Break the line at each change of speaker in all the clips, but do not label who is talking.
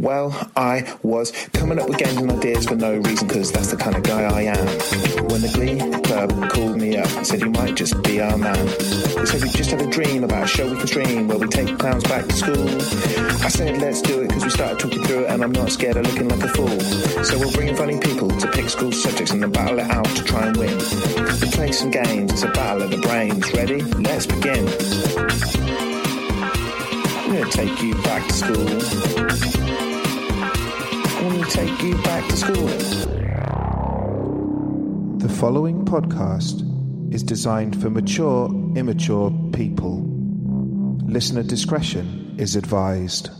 Well, I was coming up with games and ideas for no reason because that's the kind of guy I am. When the Glee Club called me up and said, You might just be our man. They said, We just had a dream about a show we can stream where we take clowns back to school. I said, Let's do it because we started talking through it and I'm not scared of looking like a fool. So we'll bring in funny people to pick school subjects and then battle it out to try and win. We play some games, it's a battle of the brains. Ready? Let's begin. I'm going to take you back to school. I'm going to take you back to school.
The following podcast is designed for mature, immature people. Listener discretion is advised.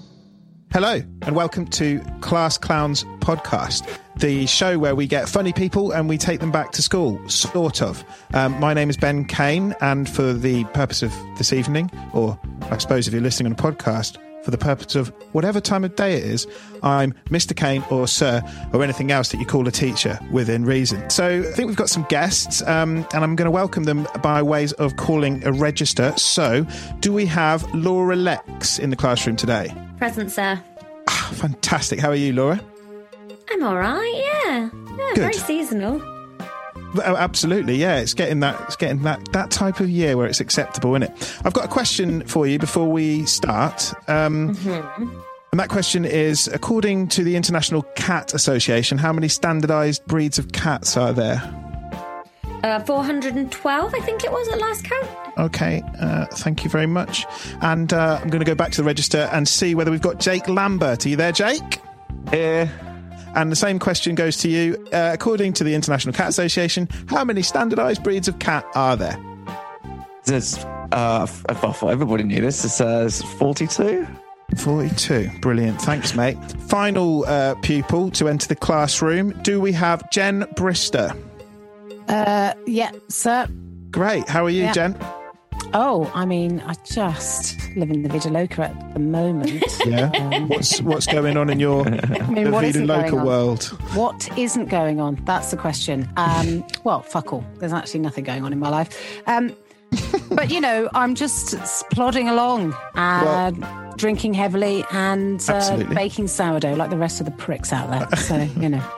Hello, and welcome to Class Clowns Podcast, the show where we get funny people and we take them back to school, sort of. Um, my name is Ben Kane, and for the purpose of this evening, or I suppose if you're listening on a podcast, for the purpose of whatever time of day it is, I'm Mr. Kane or Sir or anything else that you call a teacher within reason. So I think we've got some guests, um, and I'm going to welcome them by ways of calling a register. So, do we have Laura Lex in the classroom today?
Present, sir.
Fantastic. How are you, Laura?
I'm all right. Yeah. Yeah. Very
Good.
seasonal.
Oh, Absolutely, yeah. It's getting that. It's getting that that type of year where it's acceptable, isn't it? I've got a question for you before we start, um, and that question is: According to the International Cat Association, how many standardised breeds of cats are there?
Uh, 412, I think it was at last count.
Okay, uh, thank you very much. And uh, I'm going to go back to the register and see whether we've got Jake Lambert. Are you there, Jake?
Eh,
And the same question goes to you. Uh, according to the International Cat Association, how many standardised breeds of cat are there?
this uh, f- well, for everybody knew this. It says forty-two.
42. Brilliant. Thanks, mate. Final uh, pupil to enter the classroom. Do we have Jen Brister?
Uh, yeah, sir.
Great. How are you,
Yeah.
Jen?
Oh, I mean, I just live in the Vida Loca at the moment.
Yeah. what's what's going on in your
I mean, what
Vida
isn't
local
going on?
world?
What isn't going on? That's the question. Um, well, fuck all. There's actually nothing going on in my life. Um, but you know, I'm just s- plodding along and drinking heavily and uh,
Absolutely.
baking sourdough like the rest of the pricks out there. So you know,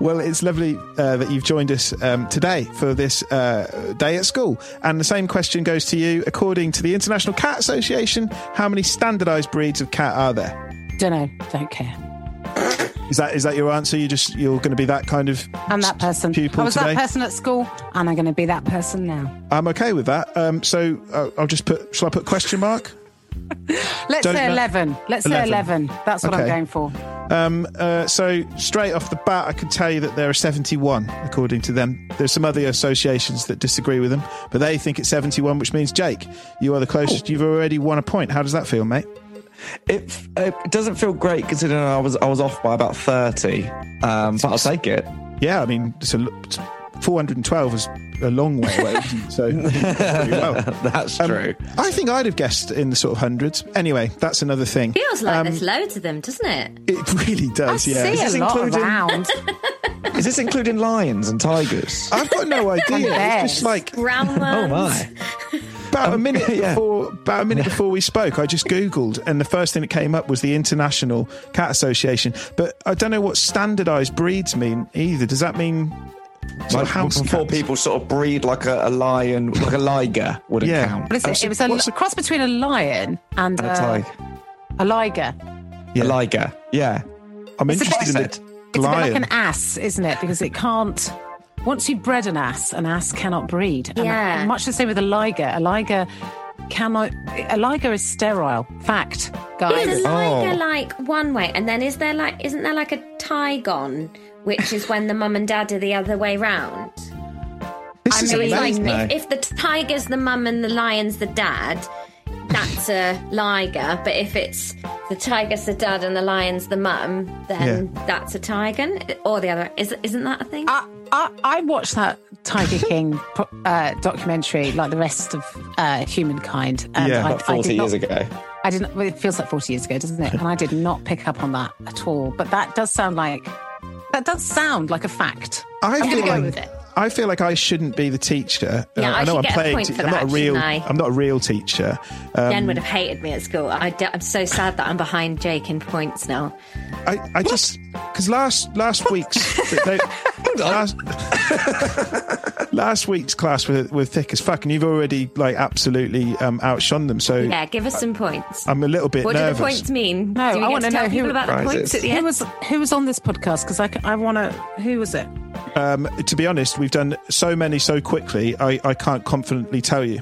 Well, it's lovely uh, that you've joined us um, today for this uh, day at school. And the same question goes to you. According to the International Cat Association, how many standardized breeds of cat are there?
don't know, don't care.
Is that is that your answer? You just you're going to be that kind of
I'm that person.
pupil
I was
today?
that person at school, and I'm going to be that person now.
I'm okay with that. Um, so uh, I'll just put. Shall I put question mark?
Let's
Don't
say
know-
11. Let's say
11.
11. That's what I'm
Okay.
going for.
Um, uh, so straight off the bat, I can tell you that there are 71, according to them. There's some other associations that disagree with them, but they think it's 71, which means Jake, you are the closest. You've already won a point. How does that feel, mate?
It, f- it doesn't feel great considering I was I was off by about thirty, um, but I'll take it.
Yeah, I mean, it's a, l- it's- 412 is a long way away. so you did pretty well.
That's
Um,
true.
I think I'd have guessed in the sort of hundreds. Anyway, that's another thing. Um,
Feels like
Um,
there's loads of them, doesn't it?
It really does.
I
yeah.
see
This is
a lot
including-
around.
Is this including lions and tigers?
I've got no idea. It's just
Yes.
like
Brown ones.
Oh my!
Um,
About a minute
yeah.
before, about a minute before we spoke, I just googled, and the first thing that came up was the International Cat Association. But I don't know what standardised breeds mean either. Does that mean sort
Like,
of house
before
cats?
people sort of breed like a, a lion, like a liger wouldn't
Yeah.
count.
What is it? It was a,
What's
a cross between a lion and
A
a,
tiger,
a liger.
a liger. Yeah.
I'm
It's a
interested in
bit-
the
It's a bit
lion.
like an ass, isn't it? Because it can't. Once you've bred an ass, an ass cannot breed. And
Yeah.
much the same with a liger. A liger cannot. A liger is sterile. Fact,
Is
guys.
a
Oh.
liger like one way, and then is there like isn't there like a tigon, which is when the mum and dad are the other way round?
This is
So it's like
amazing.
if, if the tiger's the mum and the lion's the dad, that's a liger. But if it's the tiger's the dad and the lion's the mum, then that's a tigon, or the other. Is isn't that a thing?
I, I, I watched that Tiger King pro- uh, documentary like the rest of uh, humankind. And
Yeah,
I,
About
I did
forty years
not-
ago.
I didn't. Well, it feels like forty years ago, doesn't it? And I did not pick up on that at all. But that does sound like that does sound like a fact.
I
am
feel
going to
like,
go with it.
I feel like I shouldn't be the teacher. Uh,
Yeah, I
know
should
I'm
get a
playing.
point
te-
for
I'm
that,
not a real.
shouldn't I?
I'm not a real teacher. Um,
Jen would have hated me at school. I d- I'm so sad that I'm behind Jake in points now.
I, I just because last last week's they- last, last week's class were, were thick as fuck, and you've already like absolutely um, outshone them. So
Yeah, give us some points.
I'm a little bit
what do
nervous.
the points mean?
No,
do we
I
get
wanna
to tell
know who
people about the
prizes.
points at the
Who
end.
was who was on this podcast? Because I, c- I want to. Who was it?
Um, to be honest, we've done so many so quickly, I, I can't confidently tell you.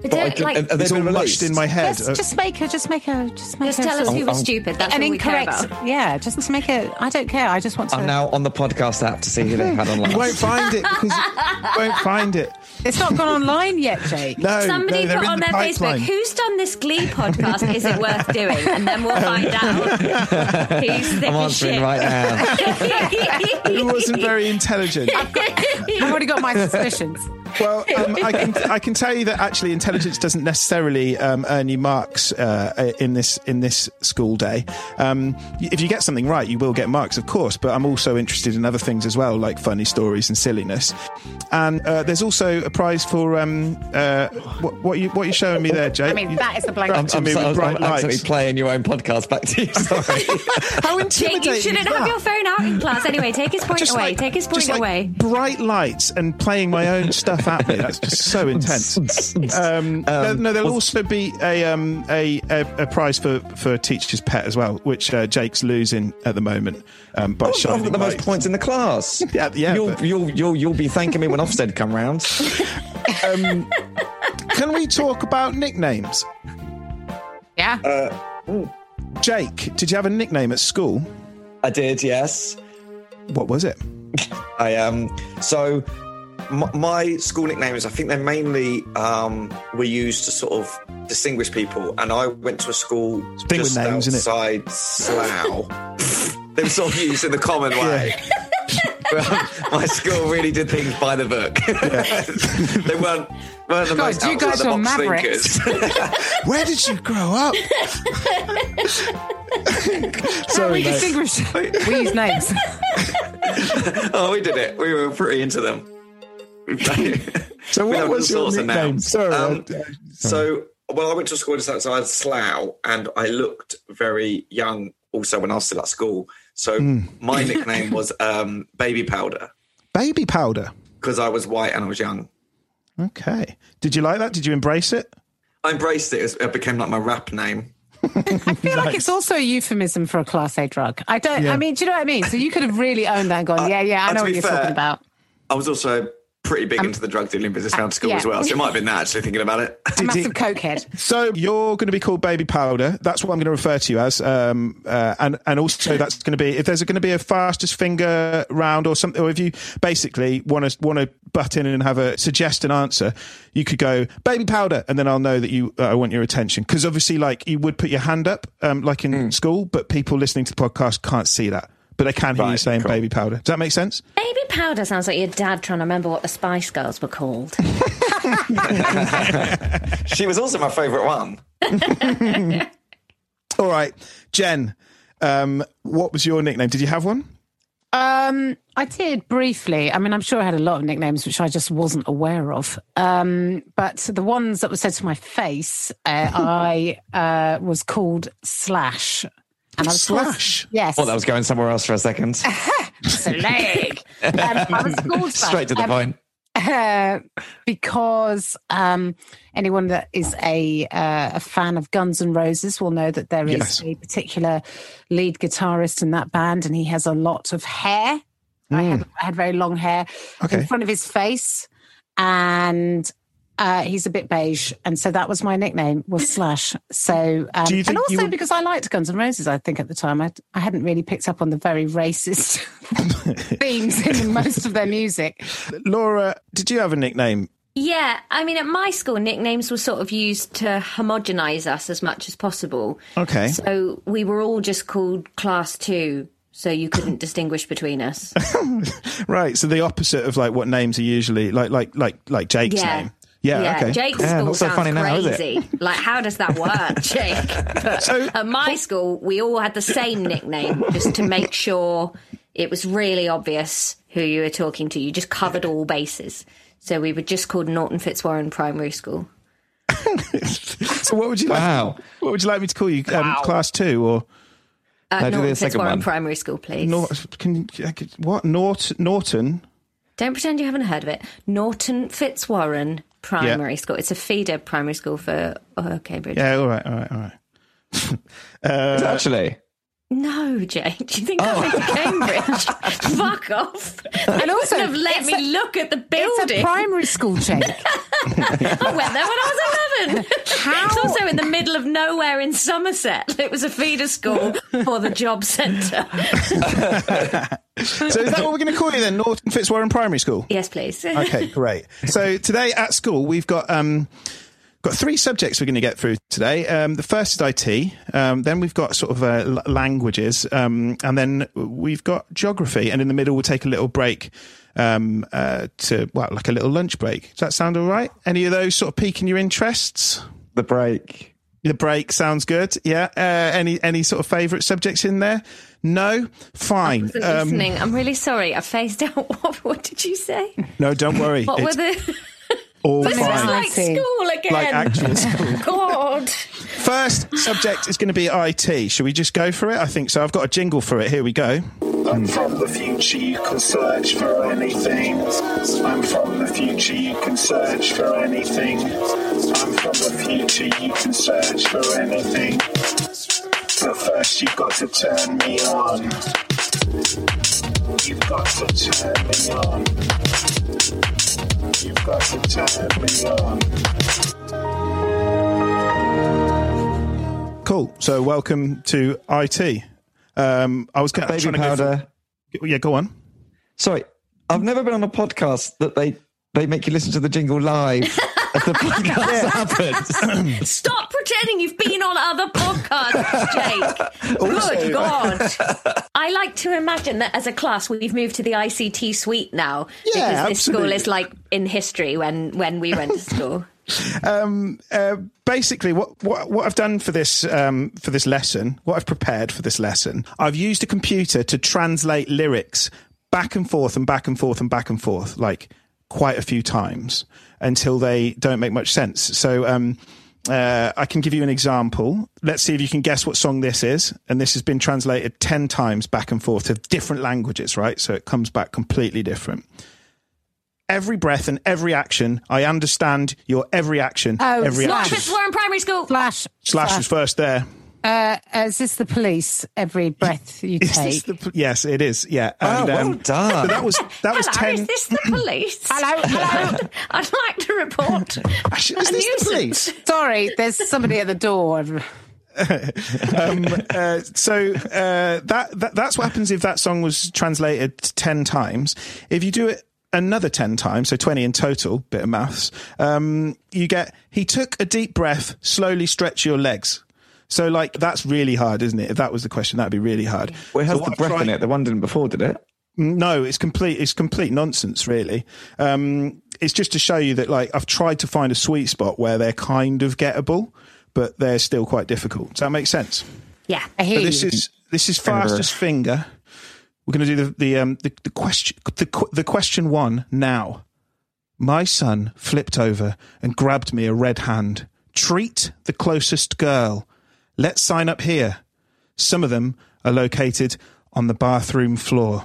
But
But I
don't,
can-
like,
have- have they
it's all
been
mushed
released?
in my head.
Just,
Uh,
just make her. Just make her. Just make
just
her.
tell us
feel-
who was
um,
I'm-
stupid. That's
an
all we care
incorrect.
about.
Yeah, just to make it. I don't care. I just want to.
I'm now on the podcast app to see who they had on last.
you won't find it because you won't find it.
It's not gone online yet, Jake.
No,
Somebody
no, Oh, they're
put
in
on
the
their
pipeline.
Facebook, who's done this Glee podcast? Is it worth doing? And then we'll find out who's thick
I'm
as
answering
shit.
right now.
Who wasn't very intelligent.
I've already got my suspicions.
Well, um, I can I can tell you that actually intelligence doesn't necessarily um, earn you marks uh, in this in this school day. Um, if you get something right, you will get marks, of course. But I'm also interested in other things as well, like funny stories and silliness. And uh, there's also a prize for um, uh, what, what you what you showing me there, Jake.
I mean, that is the blank.
I'm-
picture.
I'm
so-
with
I was-
bright
I'm accidentally
lights.
playing your own podcast back to you. Sorry.
How
Jake,
intimidating!
you shouldn't
is
have
that?
your phone out in class. Anyway, take his point
Just
away.
like-
take his point
just like
away.
bright lights and playing my own stuff at me. That's just so intense. Um, no, no, there'll also be a, um, a, a a prize for for a teacher's pet as well, which uh, Jake's losing at the moment um, by
I've
shining
got the most
lights.
points in the class.
Yeah, yeah,
You'll,
but-
you'll, you'll, you'll be thanking me when Ofsted come round.
Can we talk about nicknames?
yeah.
Jake, did you have a nickname at school?
I did, yes.
What was it?
I um so my, my school nicknames I think they mainly um were used to sort of distinguish people and I went to a school
thing with
just
names, isn't it?
outside Slough. they were sort of used in the common way. But my school really did things by the book. they weren't weren't the
God,
most
you
outside
guys
the
are
box
mavericks.
thinkers.
Where did you grow up?
How we
mate.
distinguish. we use names.
oh, we did it. We were pretty into them.
So
We
what
have all
was your
sorts of
nickname?
nouns.
Sorry,
Um,
I-
so, well, I went to a school just outside Slough, and I looked very young. Also, when I was still at school, so my nickname was um, Baby Powder
Baby powder.
because I was white and I was young.
Okay. Did you like that? Did you embrace it?
I embraced it. It was- It became like my rap name.
I feel like it's also a euphemism for a class A drug. I don't.
Yeah.
I mean, do you know what I mean? So you could have really owned that and gone, yeah, yeah, I
Uh, and
know
to
what
be
you're
fair,
talking about.
I was also pretty big into the drug dealing business around school
yeah.
as well, so it might have been that. Actually, thinking about it,
A massive cokehead.
So you're going to be called Baby Powder. That's what I'm going to refer to you as. Um, uh, and and also that's going to be if there's going to be a fastest finger round or something, or if you basically want to want to butt in and have a suggest an answer, you could go Baby Powder, and then I'll know that you uh, I want your attention because obviously like you would put your hand up um, like in
Hmm.
school, but people listening to the podcast can't see that, but they can hear you
Right,
saying
cool.
Baby Powder. Does that make sense?
Baby powder sounds like your dad trying to remember what the Spice Girls were called.
she was also my favourite one.
All right, Jen. Um, what was your nickname? Did you have one?
Um, I did briefly. I mean, I'm sure I had a lot of nicknames which I just wasn't aware of. Um, but the ones that were said to my face, uh, I uh, was called Slash. And I was called-
Slash.
yes.
Well, Oh, that was going somewhere else for a second.
Slag. um, I was called Slash.
Straight to the
Um,
point.
uh, because um, anyone that is a uh, a fan of Guns N' Roses will know that there is
Yes.
a particular lead guitarist in that band, and he has a lot of hair. I, had, I had very long hair
Hmm. Okay.
in front of his face, and uh, he's a bit beige, and so that was my nickname was Slash. So, um,
Do you
and
think
also
you were-
because I liked Guns N' Roses, I think at the time I I hadn't really picked up on the very racist themes in most of their music.
Laura, did you have a nickname?
Yeah, I mean, at my school, nicknames were sort of used to homogenise us as much as possible.
Okay.
So we were all just called class two, so you couldn't distinguish between us.
Right, so the opposite of like what names are usually like like like like Jake's
Yeah.
name. Yeah, okay.
Jake's
Yeah,
school
not so
sounds
funny now, is it?
crazy. Like, how does that work, Jake? But at my school, we all had the same nickname just to make sure it was really obvious who you were talking to. You just covered all bases. So we were just called Norton Fitzwarren Primary School.
so what would you like?
Wow.
What would you like me to call you? Um, Class two or
Uh,
Now do
Norton
the second
Fitzwarren
one.
Primary School, please.
Nor- can, can- what Nort, Norton?
Don't pretend you haven't heard of it. Norton Fitzwarren Primary School. It's a feeder primary school for uh, Cambridge.
Yeah, all right, all right, all right.
Is it Uh, actually.
No, Jake. Do you think
Oh.
I went to Cambridge? Fuck off. And
also,
also, have let
it's
me look at the
It's a
building.
primary school, Jake.
I went there when I was 11. It's also in the middle of nowhere in Somerset. It was a feeder school for the job centre.
So is that what we're going to call you then? Norton Fitzwarren Primary School.
Yes, please.
Okay, great. So today at school we've got um got three subjects we're going to get through today. Um, the first is IT. Um, then we've got sort of uh, l- languages, um, and then we've got geography. And in the middle, we'll take a little break um, uh, to well, like a little lunch break. Does that sound all right? Any of those sort of piquing your interests?
The break.
The break sounds good. Yeah. Uh, any any sort of favourite subjects in there? No. Fine.
wasn't
Um,
listening. I'm really sorry. I phased out. What, what did you say?
no, don't worry.
What were
it's
the.
all
This is
Fine.
fine.
I
like
see.
school again.
Like actual school.
God.
First subject is going to be IT. Should we just go for it? I think so. I've got a jingle for it. Here we go.
I'm from the future, you can search for anything. I'm from the future, you can search for anything. I'm from the future, you can search for anything. But first, you've got to turn me on. You've got to turn me on. You've got to turn me on.
Cool. So welcome to IT. Um, I was gonna,
Baby
trying to
powder.
Go for, yeah, go on.
Sorry, I've never been on a podcast that they they make you listen to the jingle live as the podcast happens.
Stop pretending you've been on other podcasts, Jake. Good God. I like to imagine that as a class we've moved to the ICT suite now.
Yeah,
because this
absolutely.
school is like in history when, when we went to school.
uh, basically, what, what what I've done for this um, for this lesson, what I've prepared for this lesson, I've used a computer to translate lyrics back and forth and back and forth and back and forth, like quite a few times until they don't make much sense. So. Um, uh, I can give you an example. Let's see if you can guess what song this is. And this has been translated 10 times back and forth to different languages, right? So it comes back completely different. Every breath and every action, I understand your every action.
Oh,
every
Slash.
action.
Office Warren Primary School.
Flash.
Slash was first there.
Uh, is this the police? Every breath you
Is this
take.
the- yes, it is. Yeah.
Wow,
And,
well
um,
done.
That was that was
Hello,
ten.
is this the police?
Hello, hello.
I'd like to report.
Actually, is
a
this the
nuisance.
police?
Sorry, there's somebody at the door.
Uh, so uh, that, that that's what happens if that song was translated ten times. If you do it another ten times, so twenty in total, bit of maths, um, you get he took a deep breath, slowly stretch your legs. So like that's really hard, isn't it? If that was the question, that'd be really hard.
Well, it
So
has
what
the
I've
breath in
tried-
it. The one didn't before, did it?
No, it's complete. It's complete nonsense, really. Um, it's just to show you that, like, I've tried to find a sweet spot where they're kind of gettable, but they're still quite difficult. Does that make sense?
Yeah.
I hear
So this
you.
is this is
Finger.
fastest finger. We're going to do the the um the, the question the qu- the question one now. My son flipped over and grabbed me a red hand. Treat the closest girl. Let's sign up here. Some of them are located on the bathroom floor.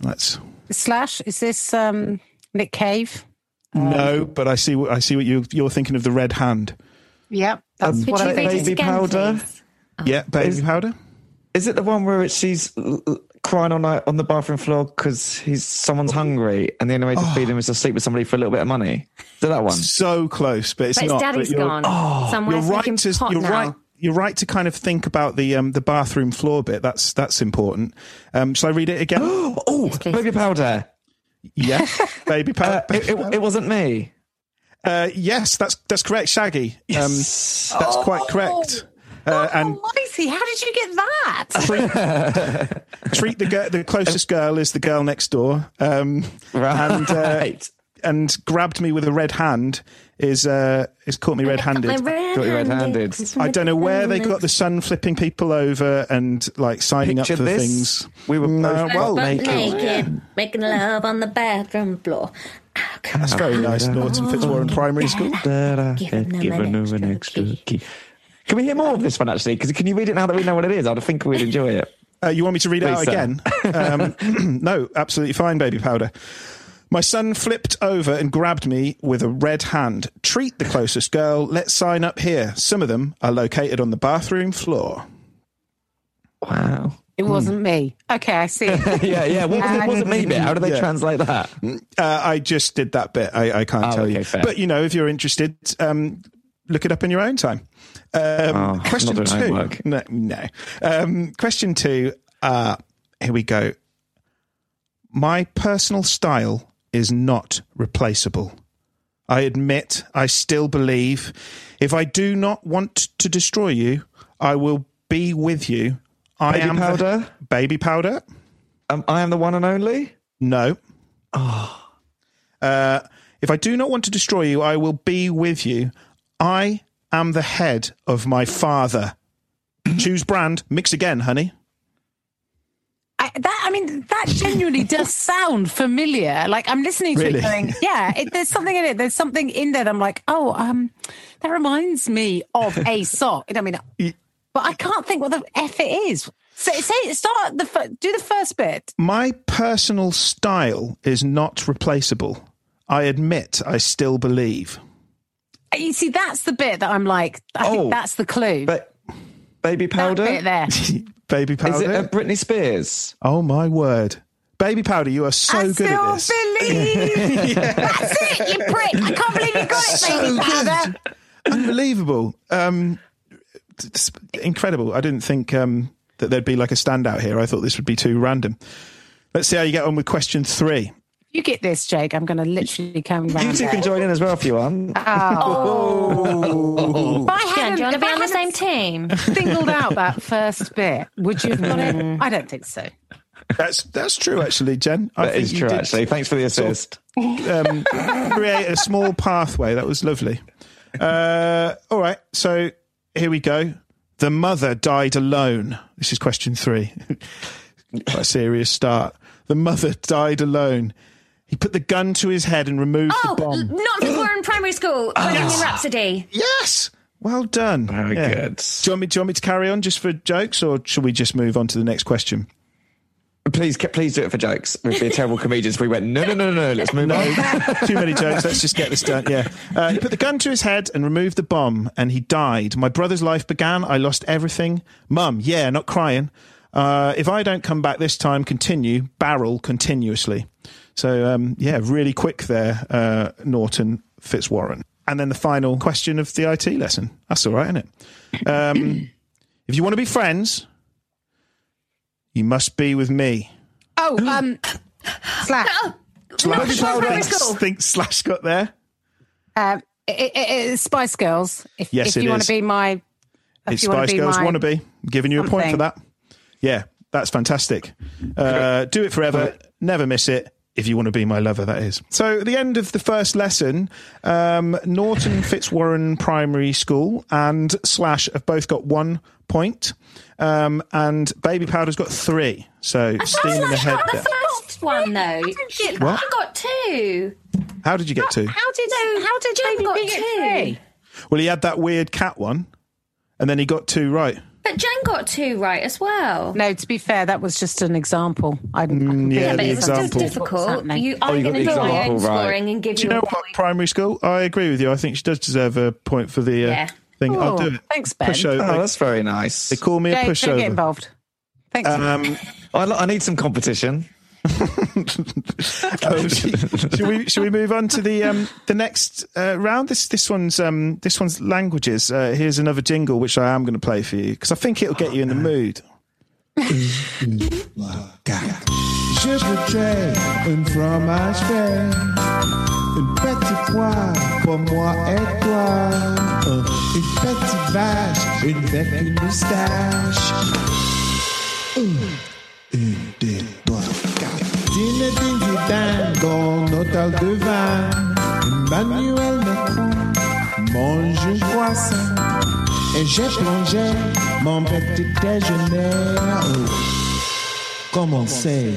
That's
Slash. Is this um, Nick Cave?
no, but I see what I see what you you're thinking of the red hand.
Yep, that's
Could
what
you
I
read
Um, think.
it? Baby powder.
please?
Yeah, baby powder.
Is it the one where it's, she's l- l- crying all night on the bathroom floor because he's someone's hungry and the only way to
Oh.
feed him is to sleep with somebody for a little bit of money? Is it that one?
So close, but it's
But his
not. but
daddy's
you're-
gone. Oh,
you're
Somewhere's
right
making
to
pot
you're
now.
right you're right to kind of think about the um, the bathroom floor bit. That's that's important. Um, shall I read it again?
Oh,
please.
baby powder.
yeah, baby
Uh,
pal.
it, it, it wasn't me.
Uh, yes, that's that's correct, Shaggy.
Yes. Oh.
Um, that's quite correct. Uh, and
Almighty, how did you get that?
treat the girl, the closest girl is the girl next door. Um,
Right.
and uh, and grabbed me with a red hand is uh, is caught me red-handed.
Got you red-handed.
I don't know where they got the sun flipping people over and like signing
Picture
up for
this.
things.
We were
No,
both
well,
butt
Butt
naked.
naked, making love on the bathroom floor.
That's very nice. Norton Fitzwarren Primary School.
Da-da,
Give 'em
give
an
'em
extra key.
Can we hear more of this one actually? Because can you read it now that we know what it is? I think we'd enjoy it.
Uh, you want me to read it out
Please,
again? Um, no, absolutely fine, baby powder. My son flipped over and grabbed me with a red hand. Treat the closest girl. Let's sign up here. Some of them are located on the bathroom floor.
Wow.
It wasn't me. Okay, I see. it.
Yeah, yeah. What was it wasn't me bit? How do they
Yeah.
translate that?
Uh, I just did that bit. I, I can't
Oh,
tell
okay,
you.
fair.
But, you know, if you're interested, um, look it up in your own time.
Oh,
Um,
not
question
doing
two.
homework.
No. no. Um, question two. Uh, here we go. My personal style is not replaceable. I admit, I still believe. If I do not want to destroy you, I will be with you. I
Baby
am the-
powder?
baby powder.
Um, I am the one and only.
No. Uh, if I do not want to destroy you, I will be with you. I am the head of my father. Choose brand. Mix again, honey.
I, that I mean, that genuinely does sound familiar. Like I'm listening to
Really?
it, going, yeah, it, there's something in it. There's something in there. That I'm like, oh, um, that reminds me of a sock. I mean, but I can't think what the f it is. So say start the fir- do the first bit.
My personal style is not replaceable. I admit, I still believe.
You see, that's the bit that I'm like, I
Oh,
think that's the clue.
But baby
that
powder.
bit there.
Baby powder.
Is it a Britney Spears?
oh my word. Baby powder, you are so
I
good at
still
this.
believe. That's it, you prick. I can't believe you got it, baby powder.
Unbelievable. Um, t- t- incredible. I didn't think um, that there'd be like a standout here. I thought this would be too random. Let's see how you get on with question three.
You get this, Jake. I'm going to literally come round.
You two
there.
can join in as well if you want.
If I
Yeah,
hadn't,
do you want to
if
be
I
on the same
hadn't
team?
singled out that first bit, would you have got it? I don't think so.
That's that's true, actually, Jen. I
That is
you
true,
did,
actually. Thanks for the assist.
Um, create a small pathway. That was lovely. Uh, all right, so here we go. The mother died alone. This is question three. Quite a serious start. The mother died alone. He put the gun to his head and removed
Oh,
the bomb.
not if we're in primary school. Bohemian Rhapsody.
Yes. Well done.
Very
Yeah.
good.
Do you, want me, do you want me to carry on just for jokes, or should we just move on to the next question?
Please, please do it for jokes. We'd be a terrible comedians if we went. No, no, no, no, no. Let's move on.
Too many jokes. Let's just get this done. Yeah. Uh, he put the gun to his head and removed the bomb, and he died. My brother's life began. I lost everything. Mum, yeah, not crying. Uh, if I don't come back this time, continue barrel continuously. So um, yeah, really quick there, uh, Norton Fitzwarren. And then the final question of the IT lesson. That's all right, isn't it? Um, if you want to be friends, you must be with me.
Oh, um, slap.
Not before primary
Think,
school.
think Slash got there.
Um, it, it, it's Spice Girls. If,
Yes,
if
it
you want
is.
to be my, if
It's
you want
Spice
to be
Girls
my,
wannabe. Giving you a point
something.
for that. Yeah, that's fantastic. Uh, do it forever. Never miss it. If you want to be my lover, that is. So at the end of the first lesson, um, Norton Fitzwarren Primary School and Slash have both got one point, um, and Baby Powder's got three. So steam in the
Slash
head.
got
There.
the first one though.
What?
I got two.
How did you get two?
How did
No,
how did
Jim
Baby
got
Big get
two.
three?
Well, he had that weird cat one, and then he got two right.
But Jen got two right as well.
No, to be fair, that was just an example. I, I completely
Mm, yeah,
but
the
it's still
example. Oh,
difficult.
What's
You are
you got
going to
the
do my own
example right.
scoring and give
Do you know
a
what?
point.
Primary school. I agree with you. I think she does deserve a point for the uh,
Yeah.
thing. I'll
Oh,
do it.
thanks, Ben.
Pushover.
Oh, that's very nice.
They call me a
Jake, don't get
pushover.
involved. Thanks.
Um,
I, I need some competition.
oh, should, should we should we move on to the um, the next uh, round? This this one's um, this one's languages. Uh, here's another jingle which I am going to play for you because I think it'll get you in the mood.
Je voudrais un fromage frais, une petite poire pour moi et toi, Euh, une petite vache, une bête, une moustache. Un, une, deux, trois, quatre. Dine, dine, dine, dango, no Charles Devin, Emmanuel Macron, mange un croissant. Et j'ai plongé mon petit déjeuner. Commencer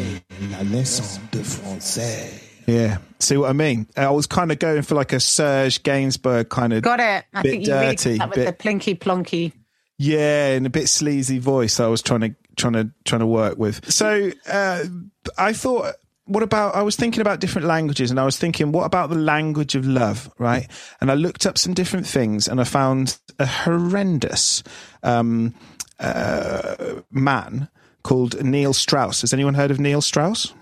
la leçon de français.
Yeah. See what I mean? I was kind of going for like a Serge Gainsbourg kind of.
Got it. I
Bit
think you really
dirty,
got that with
bit-
the plinky plonky.
Yeah, and a bit sleazy voice I was trying to trying to trying to work with. So uh, I thought, what about? I was thinking about different languages, and I was thinking, what about the language of love, right? And I looked up some different things, and I found a horrendous um, uh, man called Neil Strauss. Has anyone heard of Neil Strauss?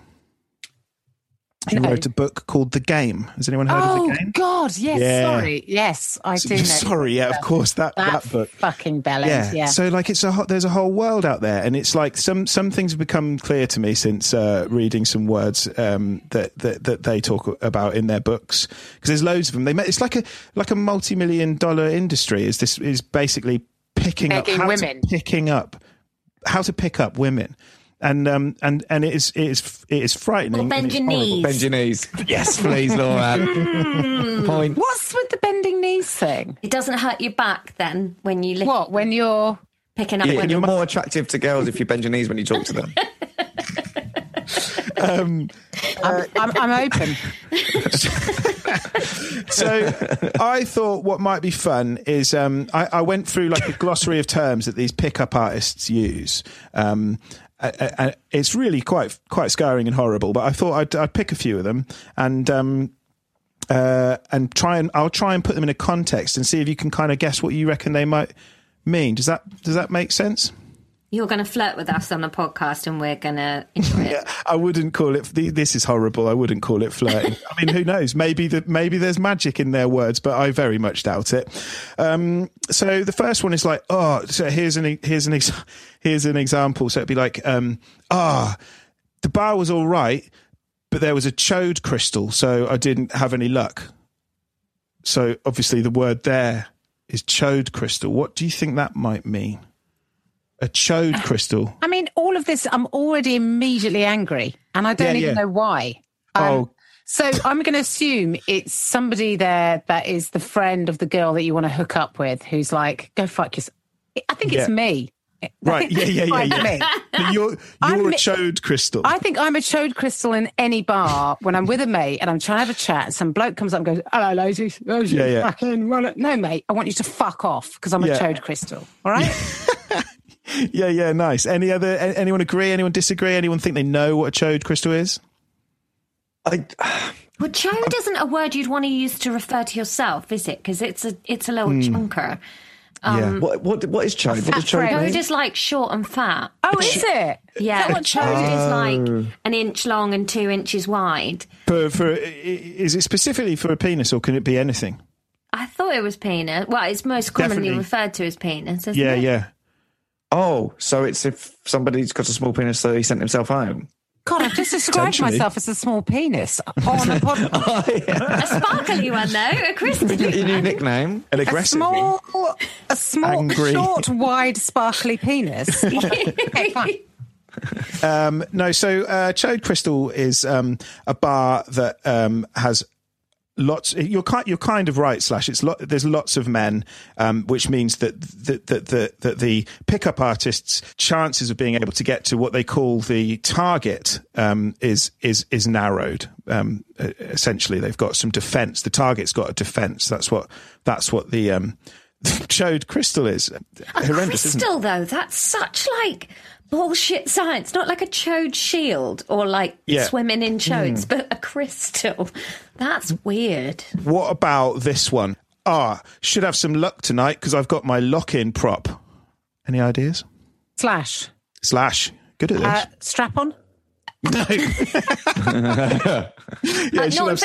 He
No.
wrote a book called The Game. Has anyone heard of
Oh
The Game?
God, yes.
Yeah.
Sorry, yes, I do. know.
Sorry, yeah, of course that
that,
that book.
fucking bellend. Yeah.
So like it's a ho- there's a whole world out there, and it's like some some things have become clear to me since uh, reading some words um, that, that that they talk about in their books because there's loads of them. They ma- it's like a like a multi million dollar industry. Is this is basically picking
Begging
up how
women.
to picking up how to pick up women. And um and and it is it is it is frightening.
Or bend
and it's
your
horrible.
knees.
Bend your knees. Yes, please, Laura. Point.
What's with the bending knees thing?
It doesn't hurt your back then when you lift,
What when you're
picking up
Yeah,
women.
you're more attractive to girls if you bend your knees when you talk to them.
Uh,
I'm, I'm, I'm open.
So I thought what might be fun is um, I, I went through like a glossary of terms that these pickup artists use. Um, a- a- a- it's really quite quite scarring and horrible, but I thought I'd, I'd pick a few of them and um, uh, and try and I'll try and put them in a context and see if you can kind of guess what you reckon they might mean. Does that does that make sense?
You're going to flirt with us on a podcast and we're going to enjoy it.
I wouldn't call it. th- This is horrible. I wouldn't call it flirting. I mean, who knows? Maybe that maybe there's magic in their words, but I very much doubt it. Um, so the first one is like, oh, so here's an e- here's an ex- here's an example. So it'd be like, um, ah, the bar was all right, but there was a chode crystal, so I didn't have any luck. So obviously the word there is chode crystal. What do you think that might mean? A chode crystal.
I mean, all of this, I'm already immediately angry, and I don't
Yeah,
even
yeah.
know why. Um,
Oh.
So I'm going to assume it's somebody there that is the friend of the girl that you want to hook up with, who's like, "Go fuck yourself." I think it's
Yeah.
me. I
Right.
think
Yeah, yeah, yeah,
it's
yeah.
me.
But you're you're
I'm-
a chode crystal.
I think I'm a chode crystal in any bar when I'm with a mate and I'm trying to have a chat. And some bloke comes up and goes, "Hello, ladies, Those
Yeah,
you
yeah.
fucking run it." No, mate, I want you to fuck off because I'm
Yeah.
a chode crystal. All right.
yeah, yeah, nice. Any other? a- Anyone agree? Anyone disagree? Anyone think they know what a chode crystal is?
I,
Well, chode isn't a word you'd want to use to refer to yourself, is it? Because it's a it's a little
Hmm.
chunker.
yeah.
what, what, what is chode? What does chode
Really?
Chode
mean?
is like short and fat.
Oh, is it?
Yeah,
what
chode
Oh.
is like an inch long and two inches wide.
For for i- is it specifically for a penis or can it be anything?
I thought it was penis. Well, it's most commonly
Definitely.
referred to as penis. Isn't
Yeah,
it?
yeah.
Oh, so it's if somebody's got a small penis, so he sent himself home.
God, I've just described
Potentially.
myself as a small penis on a podcast.
A sparkly one though, a
Your
crystal.
new nickname?
An
A
aggressive.
small, a small,
Angry.
short, wide, sparkly penis. okay, fine.
Um, no, so uh, chode crystal is um, a bar that um, has lots you're kind you're kind of right slash it's lot there's lots of men um which means that that that the that the pickup artists chances of being able to get to what they call the target um is is is narrowed um e- essentially they've got some defense the target's got a defense that's what that's what the um chode crystal is horrendous isn't it?
crystal though, that's such like bullshit science. Not like a chode shield or like
Yeah. Hmm.
swimming in chodes, but a crystal. That's weird.
What about this one? Ah, should have some luck tonight because I've got my lock in prop. Any ideas?
Slash.
Slash. Good at this.
Uh, strap on.
Yeah,
Uh, not if
should have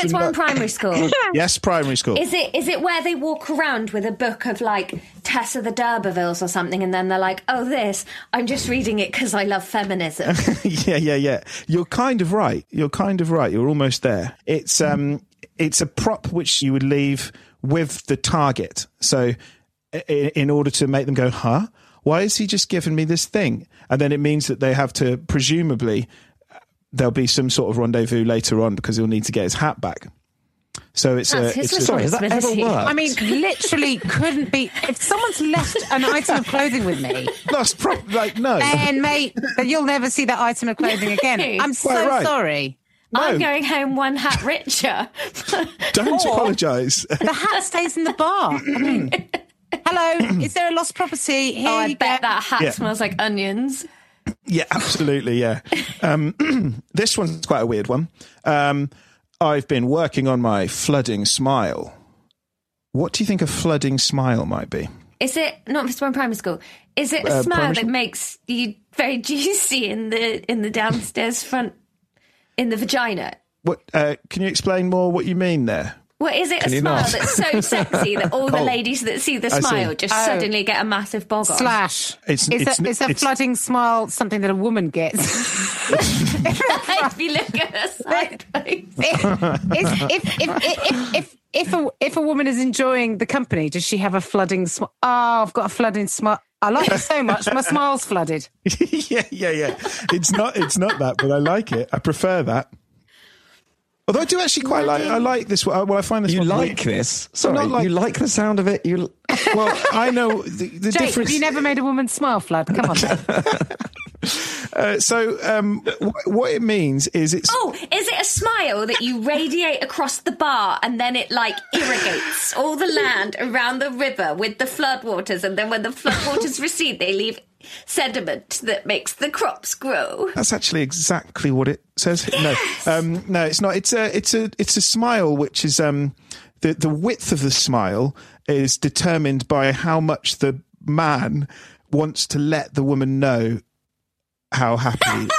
it's
some
one in
luck.
primary school.
Yes, primary school.
Is it is it where they walk around with a book of like Tessa the D'Urbervilles or something, and then they're like, "Oh, this I'm just reading it because I love feminism."
yeah, yeah, yeah. You're kind of right. You're kind of right. You're almost there. It's um, it's a prop which you would leave with the target. So, in, in order to make them go, huh? Why is he just giving me this thing? And then it means that they have to presumably uh, there'll be some sort of rendezvous later on because he'll need to get his hat back. So it's
That's
a.
his
it's a-
Sorry, has that ever
responsibility.
worked?
I mean, literally couldn't be. If someone's left an item of clothing with me,
that's pro- like no.
then mate, but you'll never see that item of clothing again. I'm so
Quite right.
sorry.
I'm
No.
going home one hat richer. Oh,
Don't apologise.
The hat stays in the bar. I mean, hello, is there a lost property? Here
oh, I
you
bet
go.
that hat
Yeah.
smells like onions.
Yeah, absolutely. Yeah. Um, this one's quite a weird one. Um, I've been working on my flooding smile. What do you think a flooding smile might be?
Is it not Mr. One Primary School? Is it a
Uh,
smile
primary
that
school?
makes you very juicy in the in the downstairs front in the vagina?
What uh, can you explain more what you mean there?
Well, is it a
you
smile
not?
that's so sexy that all the ladies that see the
Oh, I see.
smile just
Oh.
suddenly get a massive bog on?
Slash.
It's-
is,
it's-
a, is a
it's-
flooding smile something that a woman gets?
if you look at her sideways.
if, if, if, if, if, if, a, if a woman is enjoying the company, does she have a flooding smile? Oh, I've got a flooding smile. I like you so much. My smile's flooded.
yeah, yeah, yeah. It's not. It's not that, but I like it. I prefer that. Although I do actually quite like. I like this one. Uh, Well, I find this.
You
one
like this? Sorry,
Not like-
you like the sound of it. You
Well, I know the, the
Jake,
difference.
have you never made a woman smile flood? Come on. then.
Uh, so, um, wh- what it means is it's.
Oh, is it a smile that you radiate across the bar and then it like irrigates all the land around the river with the floodwaters? And then when the floodwaters recede, they leave sediment that makes the crops grow.
That's actually exactly what it says. No, um, no, it's not. It's a, it's a, it's a smile which is um, the the width of the smile is determined by how much the man wants to let the woman know how happy. he is.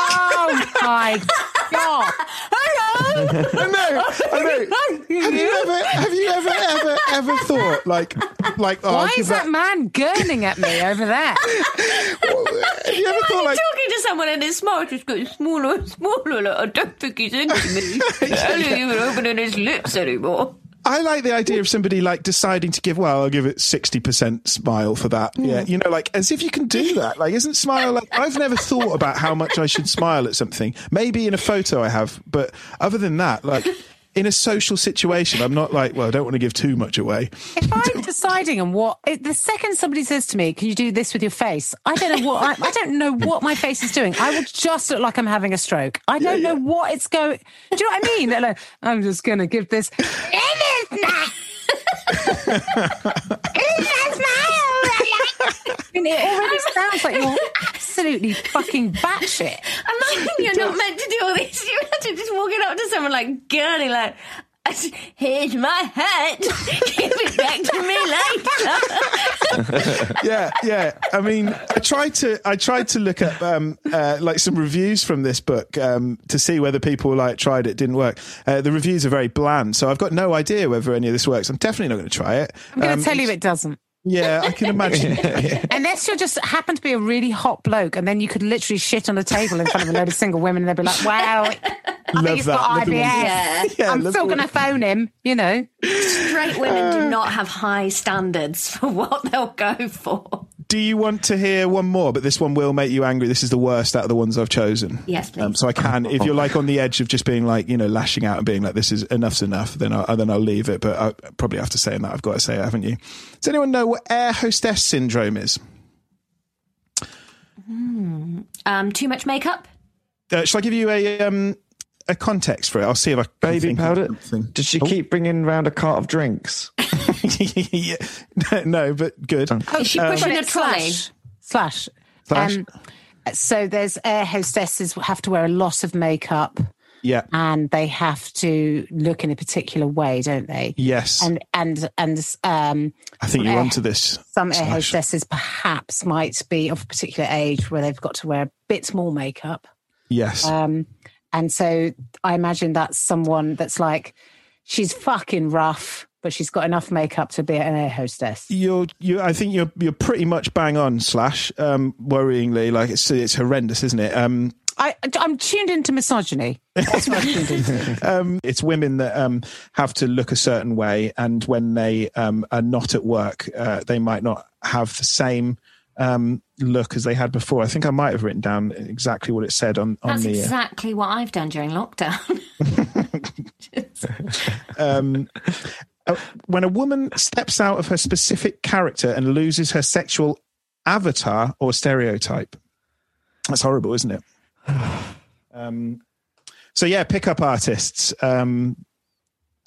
Oh my god!
I know, I know. Have you ever, have you ever, ever, ever thought like, like, oh,
Why
I'll
is
give
that man gurning at me over there?
Have you ever thought like,
Talking to someone and his mouth just getting smaller and smaller. Like, I don't think he's into me. I don't even opening his lips anymore.
I like the idea of somebody like deciding to give. Well, I'll give it sixty percent smile for that. Yeah, you know, like as if you can do that. Like, isn't smile like I've never thought about how much I should smile at something. Maybe in a photo I have, but other than that, like in a social situation, I'm not like. Well, I don't want to give too much away.
If I'm deciding on what, if the second somebody says to me, "Can you do this with your face?" I don't know what I, I don't know what my face is doing. I will just look like I'm having a stroke. I don't know what it's going. Do you know what I mean? They're Like, I'm just gonna give this. It is not. It is not. I mean, it already sounds like you're absolutely fucking batshit.
I'm not, you're not meant to do all this. You're meant to just walking up to someone like girly, like, here's my hat. Give it back to me later.
yeah, yeah. I mean, I tried to I tried to look up um, uh, like some reviews from this book um, to see whether people like tried it. Didn't work. Uh, the reviews are very bland, so I've got no idea whether any of this works. I'm definitely not going to try it.
I'm gonna
Um,
tell you it doesn't.
Yeah, I can imagine.
Unless you just happen to be a really hot bloke, and then you could literally shit on a table in front of a load of single women, and they'd be like, "Wow, I
Love
think he's
that.
got IBS."
Love it. Yeah,
I'm
love
still
it.
going to phone him, you know.
Straight women
Uh.
do not have high standards for what they'll go for.
Do you want to hear one more? But this one will make you angry. This is the worst out of the ones I've chosen. Um,
Yes, please.
so I can, if you're like on the edge of just being like, you know, lashing out and being like, "This is enough's enough," then I then I'll leave it. But I probably after saying that, I've got to say, it, haven't you? Does anyone know what air hostess syndrome is?
Um, too much makeup?
Uh, shall I give you a um a context for it? I'll see if I can
baby
think of
powder.
something.
Did she keep bringing round a cart of drinks?
Yeah. no, but good.
Is she pushing a trolley?
Um, Slash. Slash.
Slash.
Um, so there's air hostesses who have to wear a lot of makeup
Yeah.
and they have to look in a particular way, don't they?
Yes.
And and and um,
I think you're
air-
onto this.
some air
Slash.
hostesses perhaps might be of a particular age where they've got to wear a bit more makeup.
Yes.
Um, and so I imagine that's someone that's like, she's fucking rough, but she's got enough makeup to be an air hostess.
you're you I think you're you're pretty much bang on slash um worryingly like it's it's horrendous isn't it um
I, I'm tuned into misogyny. That's what I'm tuned into.
it's women that um have to look a certain way and when they um are not at work uh, they might not have the same um, look as they had before. I think I might have written down exactly what it said on, on
That's
the. uh,
exactly what I've done during lockdown.
um, uh, when a woman steps out of her specific character and loses her sexual avatar or stereotype. That's horrible, isn't it? Um, so yeah, pickup artists. Um,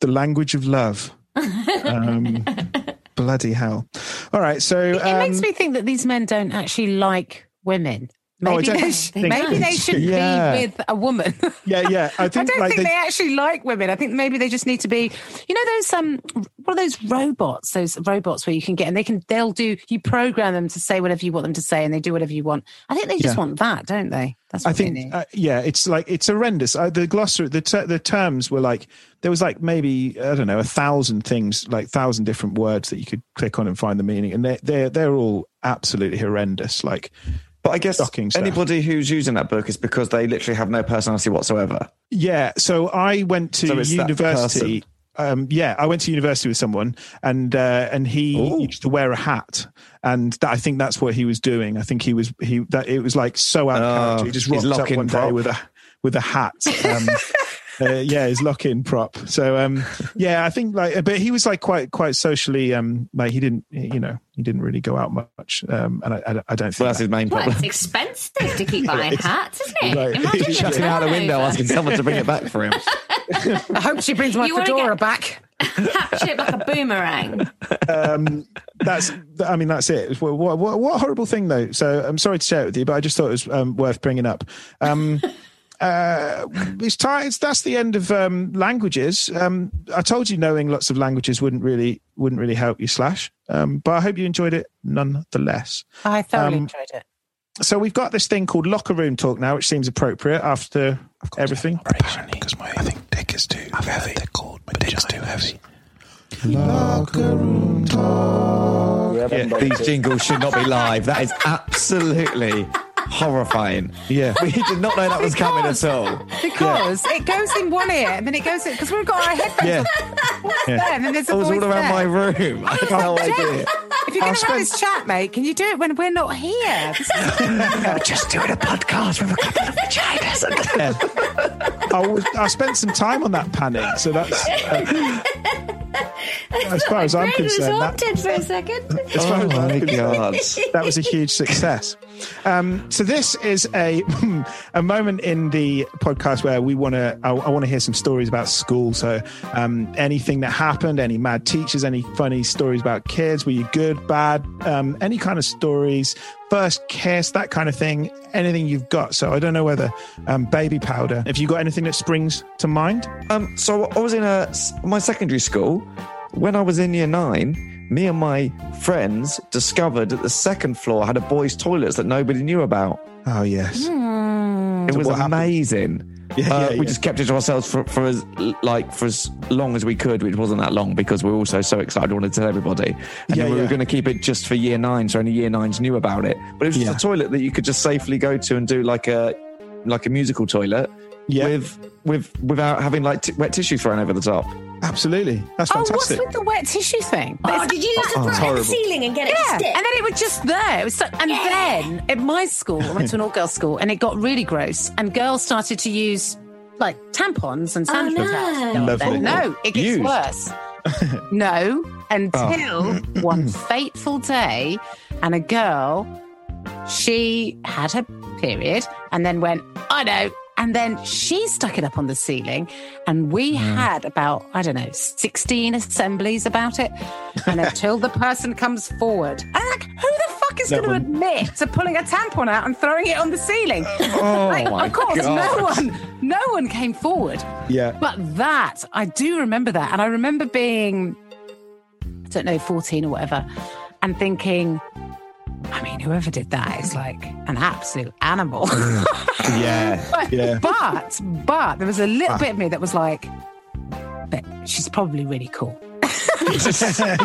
the language of love. Um, bloody hell! All right, so
it
um,
makes me think that these men don't actually like women.
Oh, I
Maybe,
don't
they, sh-
think
maybe
so.
they should
Yeah.
be with a woman.
yeah, yeah. I
I
think
don't
like
think
they-
they, actually like women. I think maybe they just need to be, you know, those um, what are those robots? Those robots where you can get and they can they'll do. You program them to say whatever you want them to say, and they do whatever you want. I think they just
Yeah.
want that, don't they? That's what
I
they need.
think, uh, yeah, it's like it's horrendous. Uh, the glossary, the ter- the terms were like there was like maybe I don't know a thousand things, like thousand different words that you could click on and find the meaning, and they they are they're all absolutely horrendous. Like,
But I guess
Shocking stuff.
anybody who's using that book is because they literally have no personality whatsoever.
yeah. So I went to
So it's that
university. Um, yeah, I went to university with someone, and uh, and he
Ooh.
used to wear a hat, and that, I think that's what he was doing. I think he was he that it was like so out of
Oh,
character. He just
his
rocked up
lock-in
one day
prop.
with a with a hat. Um, uh, yeah, his lock-in prop. So um, yeah, I think like, but he was like quite quite socially um, like he didn't you know he didn't really go out much, um, and I, I, I don't think
Well,
that-
that's his main
well,
problem.
it's expensive to keep buying hats, isn't it?
Right.
Imagine the
Shutting out the
turnover.
window, asking someone to bring it back for him.
I hope she brings my
You wanna
fedora
get-
back.
Hat shaped like a boomerang.
um, that's I mean that's it. What, what, what what a horrible thing though. So I'm sorry to share it with you, but I just thought it was um, worth bringing up. Um, uh, it's time. It's, that's the end of um, languages. Um, I told you knowing lots of languages wouldn't really wouldn't really help you. Slash, um, but I hope you enjoyed it nonetheless.
I thoroughly
Um,
enjoyed it.
So we've got this thing called locker room talk now, which seems appropriate after everything. Apparently, because my I think dick is too heavy. They're called my dick is too heavy.
Locker room talk.
These jingles should not be live. That is absolutely horrifying.
Yeah.
We did not know that was coming at all.
Because it goes in one ear and then it goes in because we've got our headphones
Yeah.
there and then there's a
It was all
voice
around
there.
my room. I had
Oh,
no idea.
If you're going to have this chat, mate, can you do it when we're not here? This is-
"Oh, Just doing a podcast with a couple of vaginas.
I, was, I spent some time on that panic, so that's uh, as far as I'm
Brain was
concerned, that,
haunted for a second.
as far
Oh
as I'm
my
concerned,
god.
that was a huge success. Um, so this is a a moment in the podcast where we want to I, I want to hear some stories about school. So um, anything that happened, any mad teachers, any funny stories about kids. Were you good, bad? Um, any kind of stories, first kiss, that kind of thing. Anything you've got. So I don't know whether um, baby powder. If you got anything that springs to mind.
Um, so I was in a my secondary school when I was in year nine. Me and my friends discovered that the second floor had a boys' toilets that nobody knew about.
Oh yes.
Hmm.
It was
what happened?
amazing.
Yeah,
Uh,
yeah,
We
yeah.
just kept it to ourselves for, for as like for as long as we could, which wasn't that long because we were also so excited, we wanted to tell everybody. And
Yeah,
then we
yeah.
were going to keep it just for year nine, so only year nines knew about it. But it was just
Yeah.
a toilet that you could just safely go to and do like a like a musical toilet
Yeah.
with with without having like t- wet tissue thrown over the top.
Absolutely. That's
oh, what's
fantastic.
with the wet tissue thing?
Oh, did you used to throw it at the
horrible.
ceiling and get it
Yeah,
to
and
stick?
then it was just there. It was so, and then at my school, I went to an all-girls school, and it got really gross. And girls started to use like tampons and sanitary
no.
pads. No,
Lovely.
no, it gets
Used.
worse. no, until one fateful day, and a girl, she had her period, and then went, I know. And then she stuck it up on the ceiling, and we
Mm.
had about, I don't know, 16 assemblies about it. And until the person comes forward, I'm like, who the fuck is
No
going to
one.
admit to pulling a tampon out and throwing it on the ceiling?
Oh
Like,
my
of course,
God.
no one, no one came forward.
yeah.
But that, I do remember that. And I remember being, I don't know, 14 or whatever, and thinking, I mean, whoever did that is like an absolute animal.
yeah.
but,
Yeah.
but, but there was a little bit of me that was like, but she's probably really cool.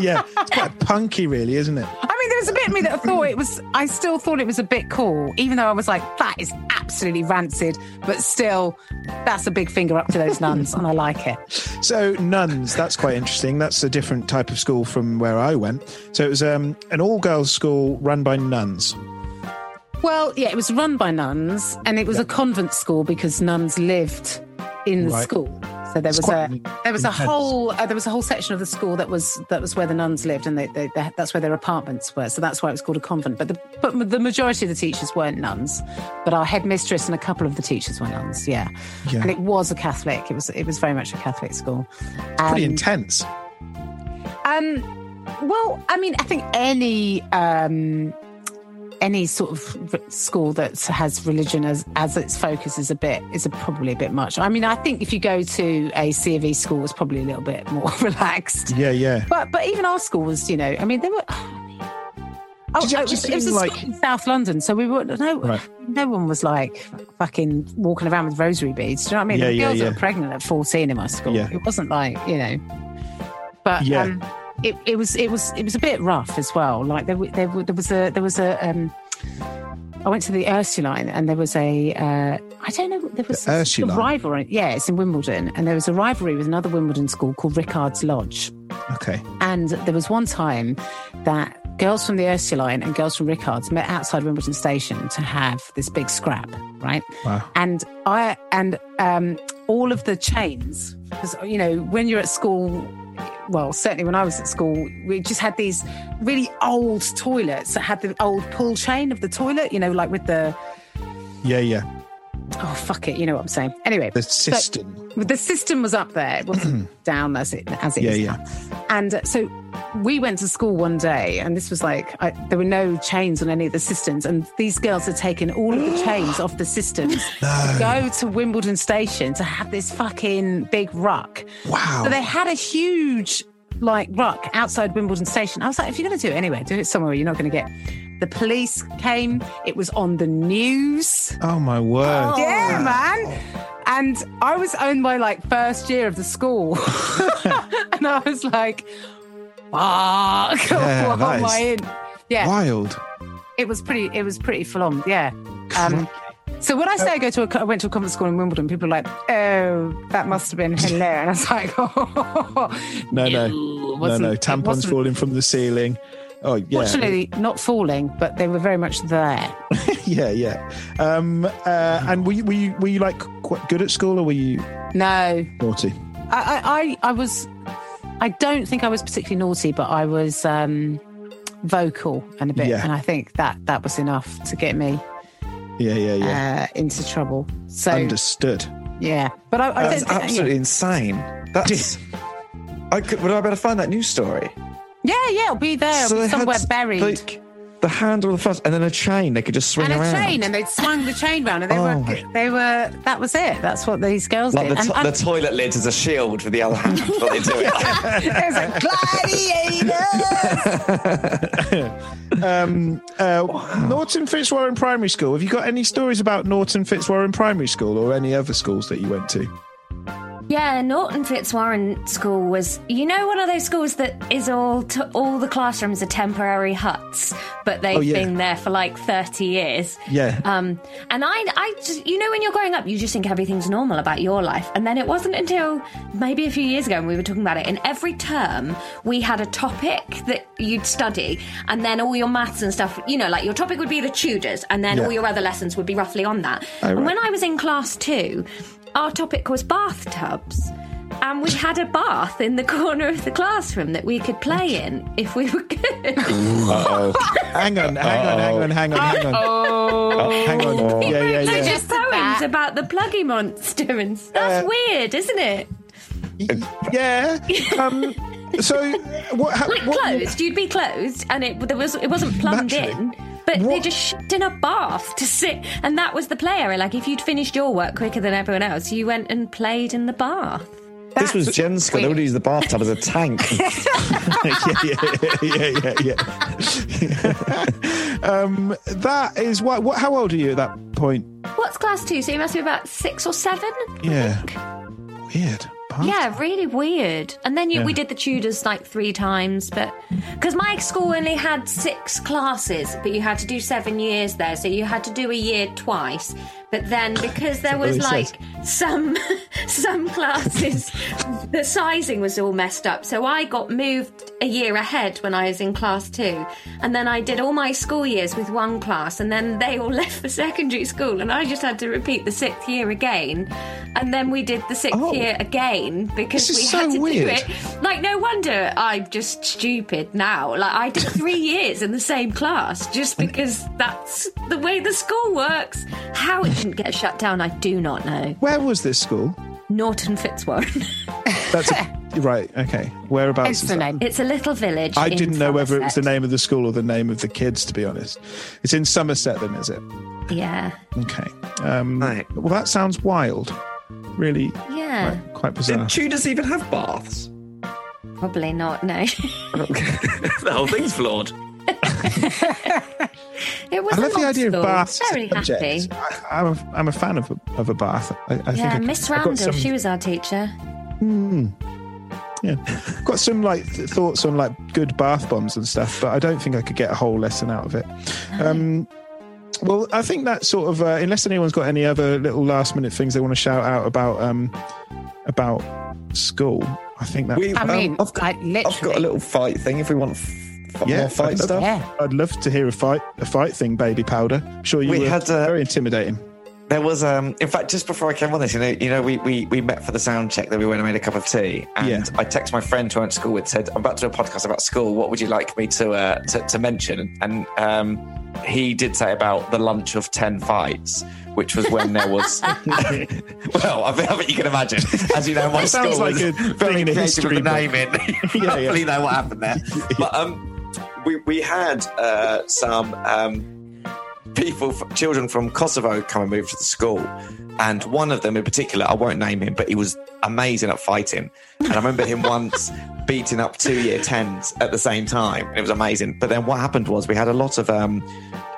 yeah. It's quite punky, really, isn't it?
I mean, there was was a bit of me that thought it was. I still thought it was a bit cool, even though I was like, "That is absolutely rancid," but still, that's a big finger up to those nuns, and I like it.
So nuns, that's quite interesting. That's a different type of school from where I went. So it was um, an all-girls school run by nuns.
Well, yeah, it was run by nuns, and it was a convent school because nuns lived in the
Right.
school. So there was
quite
a there was a
intense.
whole uh, there was a whole section of the school that was that was where the nuns lived, and they, they, they, that's where their apartments were. So that's why it was called a convent. But the but the majority of the teachers weren't nuns, but our headmistress and a couple of the teachers were nuns. Yeah,
Yeah.
and it was a Catholic. It was it was very much a Catholic school.
Pretty
Um,
intense.
um, well, I mean, I think any um, any sort of r- school that has religion as as its focus is a bit is a, probably a bit much. I mean, I think if you go to a C of E school, it's probably a little bit more relaxed.
Yeah, yeah.
But but even our school was, you know, I mean, there were. Oh,
Did you-
it was,
did
it was a
you,
school
like-
in South London, so we were no
Right.
no one was like fucking walking around with rosary beads. Do you know what I mean?
Yeah,
There were
yeah,
girls
yeah.
that were pregnant at fourteen in my school.
Yeah.
It wasn't like you know, but
Yeah.
um, it, it was it was it was a bit rough as well. Like there w- there, w- there was a there was a um, I went to the Ursuline and there was a uh, I don't know there was
The
a
Ursuline?
rivalry. Yeah, it's in Wimbledon, and there was a rivalry with another Wimbledon school called Rickard's Lodge.
Okay.
And there was one time that girls from the Ursuline and girls from Rickards met outside Wimbledon Station to have this big scrap, right?
Wow.
And I and um, all of the chains, because you know when you're at school. Well, certainly when I was at school, we just had these really old toilets that had the old pull chain of the toilet, you know, like with the
Yeah, yeah.
oh fuck it, you know what I'm saying. Anyway,
The
so-
system.
the system was up there. It wasn't down as it as it
Yeah,
is
yeah.
now. And uh, so we went to school one day, and this was like I, there were no chains on any of the systems, and these girls had taken all of the chains off the systems to go to Wimbledon Station to have this fucking big ruck.
Wow.
So they had a huge like ruck outside Wimbledon Station. I was like, if you're going to do it anyway, do it somewhere you're not going to get. The police came. It was on the news.
oh my word.
Yeah, man. And I was owned by like first year of the school. and I was like, fuck,
Yeah,
what
that
am I
is
in? Yeah,
Wild.
it was pretty, it was pretty full on. Yeah. Um, so when I say I go to a, co- I went to a conference school in Wimbledon, people are like, oh, that must have been hello. And I was like, oh,
No, no.
it
No,
wasn't-
no.
it
Tampons
wasn't-
falling from the ceiling. Oh, yeah.
Fortunately, not falling, but they were very much there.
Yeah, yeah. Um, uh, and were you, were you were you like quite good at school, or were you
No,
naughty?
I, I, I, I was. I don't think I was particularly naughty, but I was um, vocal and a bit,
Yeah.
and I think that that was enough to get me
Yeah, yeah, yeah.
uh, into trouble. So
Understood.
yeah, but I, I don't
That's
think,
absolutely insane. That's. I could, would I be able to find that news story?
Yeah, yeah, I'll be there, I'll
they
be
had,
somewhere buried.
Like, the handle of the first, and then a chain they could just swing
and a
around.
chain, and they swung the chain round, and they
Oh.
were, they were. That was it. That's what these girls
like the,
did.
to-
and,
the
and
toilet lid is a shield with the other hand. That's what they do it.
it was like gladiators.
Uh, Norton Fitzwarren Primary School. Have you got any stories about Norton Fitzwarren Primary School or any other schools that you went to?
Yeah, Norton Fitzwarren School was, you know, one of those schools that is all t all the classrooms are temporary huts, but they've
Oh, yeah.
been there for like thirty years.
Yeah.
Um, and I, I just, you know, when you're growing up, you just think everything's normal about your life, and then it wasn't until maybe a few years ago, and we were talking about it. In every term, we had a topic that you'd study, and then all your maths and stuff. You know, like your topic would be the Tudors, and then
Yeah. Oh,
all your other lessons would be roughly on that.
right.
And when I was in class two, our topic was bathtubs. And we had a bath in the corner of the classroom that we could play in if we were good.
hang on, hang on, hang on, hang on, hang on. Hang
Oh.
on. Yeah, yeah,
They
yeah.
just poems about the pluggy monster and stuff.
Uh,
That's weird, isn't it?
Yeah. Um, so, what, ha-
Like
what,
closed, you'd be closed, and it there was it wasn't plumbed
Naturally.
in, but they
What-
just shit in a bath to sit, and that was the play area. Like if you'd finished your work quicker than everyone else, you went and played in the bath.
This was Jen's school. They would use the bathtub as a tank.
yeah, yeah, yeah, yeah. um, that is why. What? How old are you at that point?
What's class two? So you must be about six or seven. I
Yeah.
think.
Weird. What?
Yeah, really weird. And then you, we did the Tudors like three times, but because my school only had six classes, but you had to do seven years there, so you had to do a year twice. But then because there was
what he
like
says.
some some classes, the sizing was all messed up, so I got moved a year ahead when I was in class two, and then I did all my school years with one class, and then they all left for secondary school, and I just had to repeat the sixth year again, and then we did the sixth
Oh.
year again because
This is
we had
so
to
weird.
do it. Like, no wonder I'm just stupid now. Like, I did three years in the same class just because that's the way the school works. How it didn't get shut down, I do not know.
Where was this school?
Norton Fitzwarren.
That's right. Okay. Whereabouts?
Hence
Is
the
that?
name.
it's a little village.
I
in
didn't know whether it was the
Somerset.
name of the school or the name of the kids. To be honest, it's in Somerset. Then is it?
Yeah.
Okay. Um,
Right.
Well, that sounds wild. Really,
Yeah.
quite, quite
Did
bizarre.
Tudors even have baths?
Probably not, no.
the whole thing's flawed.
it was
I love
a
the
mod
idea
school.
of baths. as a
Very
subject.
happy.
I, I'm, a, I'm a fan of a, of a bath. I, I think
Yeah,
I,
Miss
I
Randall,
got some,
she was our teacher.
yeah, got some like th- thoughts on like good bath bombs and stuff, but I don't think I could get a whole lesson out of it. Um, well, I think that sort of uh, unless anyone's got any other little last minute things they want to shout out about um, about school, I think that
We, um,
I mean,
I've, got,
like,
I've got a
literally.
little fight thing if we want f- f-
Yeah,
more fight
I'd love-
stuff.
Yeah.
I'd love to hear a fight a fight thing, baby powder. Sure, you
We
were
had, uh,
very intimidating.
There was, um, in fact, just before I came on this, you know, you know, we, we, we met for the sound check. Then we went and made a cup of tea, and
Yeah.
I texted my friend who I went to school with, said, "I'm about to do a podcast about school. What would you like me to uh, to, to mention?" And um, he did say about the lunch of ten fights, which was when there was. well, I think, I think you can imagine, as you know, my school
Sounds like
was
a thing
very
in a
creative
history
with the
book.
naming. You
Yeah, yeah.
probably know what happened there, but um.
we, we had uh, some um, people, f- children from Kosovo come and move to the school. And one of them in particular, I won't name him, but he was amazing at fighting. And I remember him once beating up two year 10s at the same time. And it was amazing. But then what happened was we had a lot of um,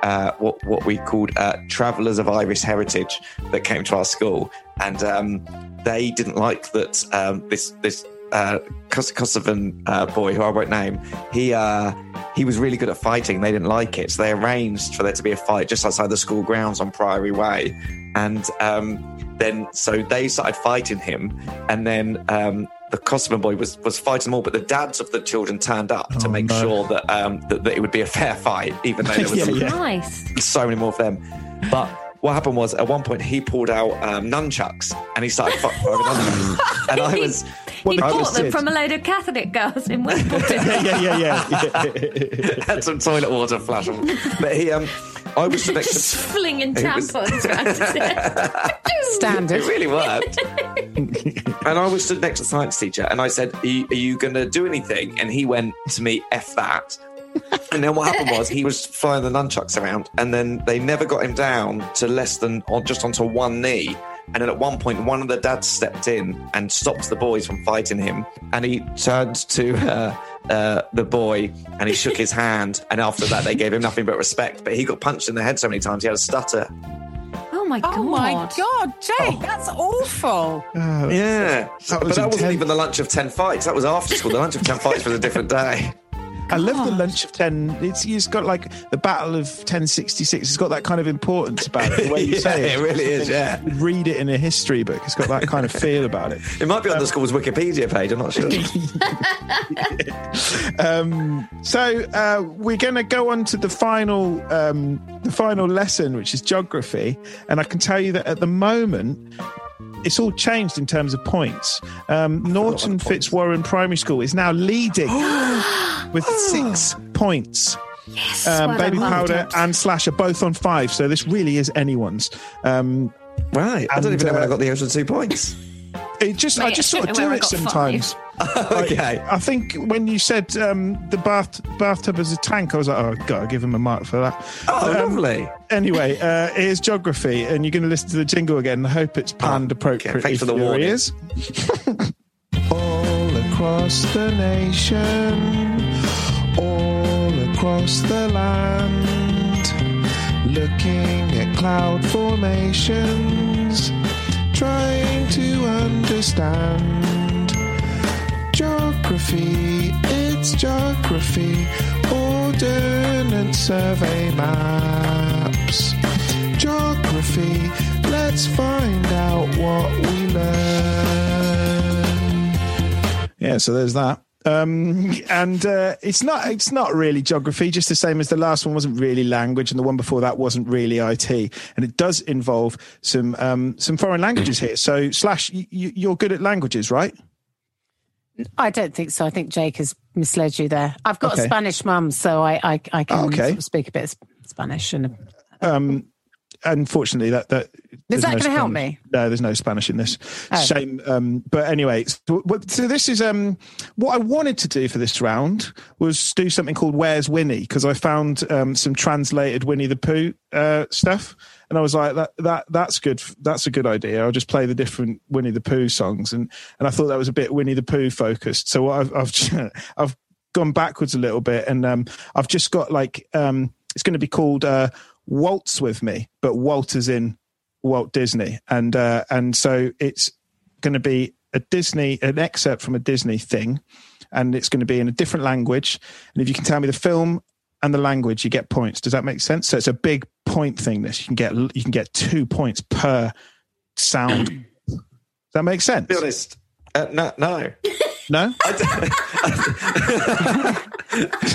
uh, what, what we called uh, travelers of Irish heritage that came to our school. And um, they didn't like that um, this, this uh, Kos- Kosovan uh, boy who I won't name, he uh, he was really good at fighting. They didn't like it, so they arranged for there to be a fight just outside the school grounds on Priory Way, and um, then so they started fighting him, and then. Um, the Kosovan boy was, was fighting them all, but the dads of the children turned up to make
Oh, no.
sure that, um, that that it would be a fair fight, even though there was
Yeah,
some
yeah.
Nice.
so many more of them. But what happened was at one point he pulled out um, nunchucks and he started fucking nunchucks. And I was
he
the
bought
kids
them
did.
from a load of Catholic girls in Wimbledon.
yeah, yeah, yeah, yeah.
had some toilet water flash on. But he um I was next
just
to
flinging
was-
tampons around.
Standard.
it really worked. and I was stood next to the science teacher and I said, Are you, are you going to do anything? And he went to me, F that. And then what happened was he was flying the nunchucks around and then they never got him down to less than or just onto one knee. And then at one point, one of the dads stepped in and stopped the boys from fighting him. And he turned to uh, uh, the boy and he shook his hand. And after that, they gave him nothing but respect. But he got punched in the head so many times, he had a stutter.
oh my god.
Oh my God, Jake,
Oh.
that's awful.
Ah,
Yeah,
That
but
was
that wasn't
intense.
even the lunch of ten fights. That was after school. The lunch of ten fights was a different day.
I love the lunch of ten. It's, it's got like the Battle of 1066. It's got that kind of importance about it. The way you
Yeah,
say it,
it really is, yeah.
You'd read it in a history book. It's got that kind of feel about it.
It might be on the school's Wikipedia page. I'm not sure.
Um, so uh, we're going to go on to the final, um, the final lesson, which is geography. And I can tell you that at the moment, it's all changed in terms of points. Um, Norton Fitzwarren Primary School is now leading with six points. Um,
well
Baby
done, well
Powder
done.
and Slash are both on five, so this really is anyone's. Um,
Right. I don't
And,
even know when
uh,
I got the extra two points.
it just, I
Mate,
just
I
sort
don't
of
know
do
where I
it
got five.
sometimes.
okay.
I think when you said um, the bath bathtub is a tank, I was like, oh, God, I'll give him a mark for that.
Oh,
Um,
lovely.
Anyway, uh, here's geography, and you're going to listen to the jingle again. I hope
Oh,
it's panned appropriately
thanks for the
your
warning.
ears.
All across the nation, all across the land, looking at cloud formations, trying to understand
Geography, it's geography. Ordnance survey maps. Geography, let's find out what we learn. Yeah, so there's that. Um, and uh, it's not it's not really geography, just the same as the last one wasn't really language, and the one before that wasn't really IT. And it does involve some um, some foreign languages here. So slash, you, you're good at languages, right?
I don't think so. I think Jake has misled you there. I've got
Okay.
a Spanish mum, so I, I, I can
Oh, okay.
sort of speak a bit of Spanish. And
Um, unfortunately, that that there's
that
no
gonna help
Spanish-
me?
No, there's no Spanish in this.
Oh.
Shame. Um, but anyway, so, what- so this is um, what I wanted to do for this round was do something called "Where's Winnie" because I found um, some translated Winnie the Pooh uh, stuff, and I was like, that that that's good. That's a good idea. I'll just play the different Winnie the Pooh songs, and and I thought that was a bit Winnie the Pooh focused. So what I've I've I've gone backwards a little bit, and um, I've just got like um, it's going to be called uh, "Waltz with Me," but Walt is in Walt Disney, and uh, and so it's going to be a Disney, an excerpt from a Disney thing, and it's going to be in a different language. And if you can tell me the film and the language, you get points. Does that make sense? So it's a big point thing. This you can get you can get two points per sound. Does that make sense?
be honest. Uh, no, no.
No.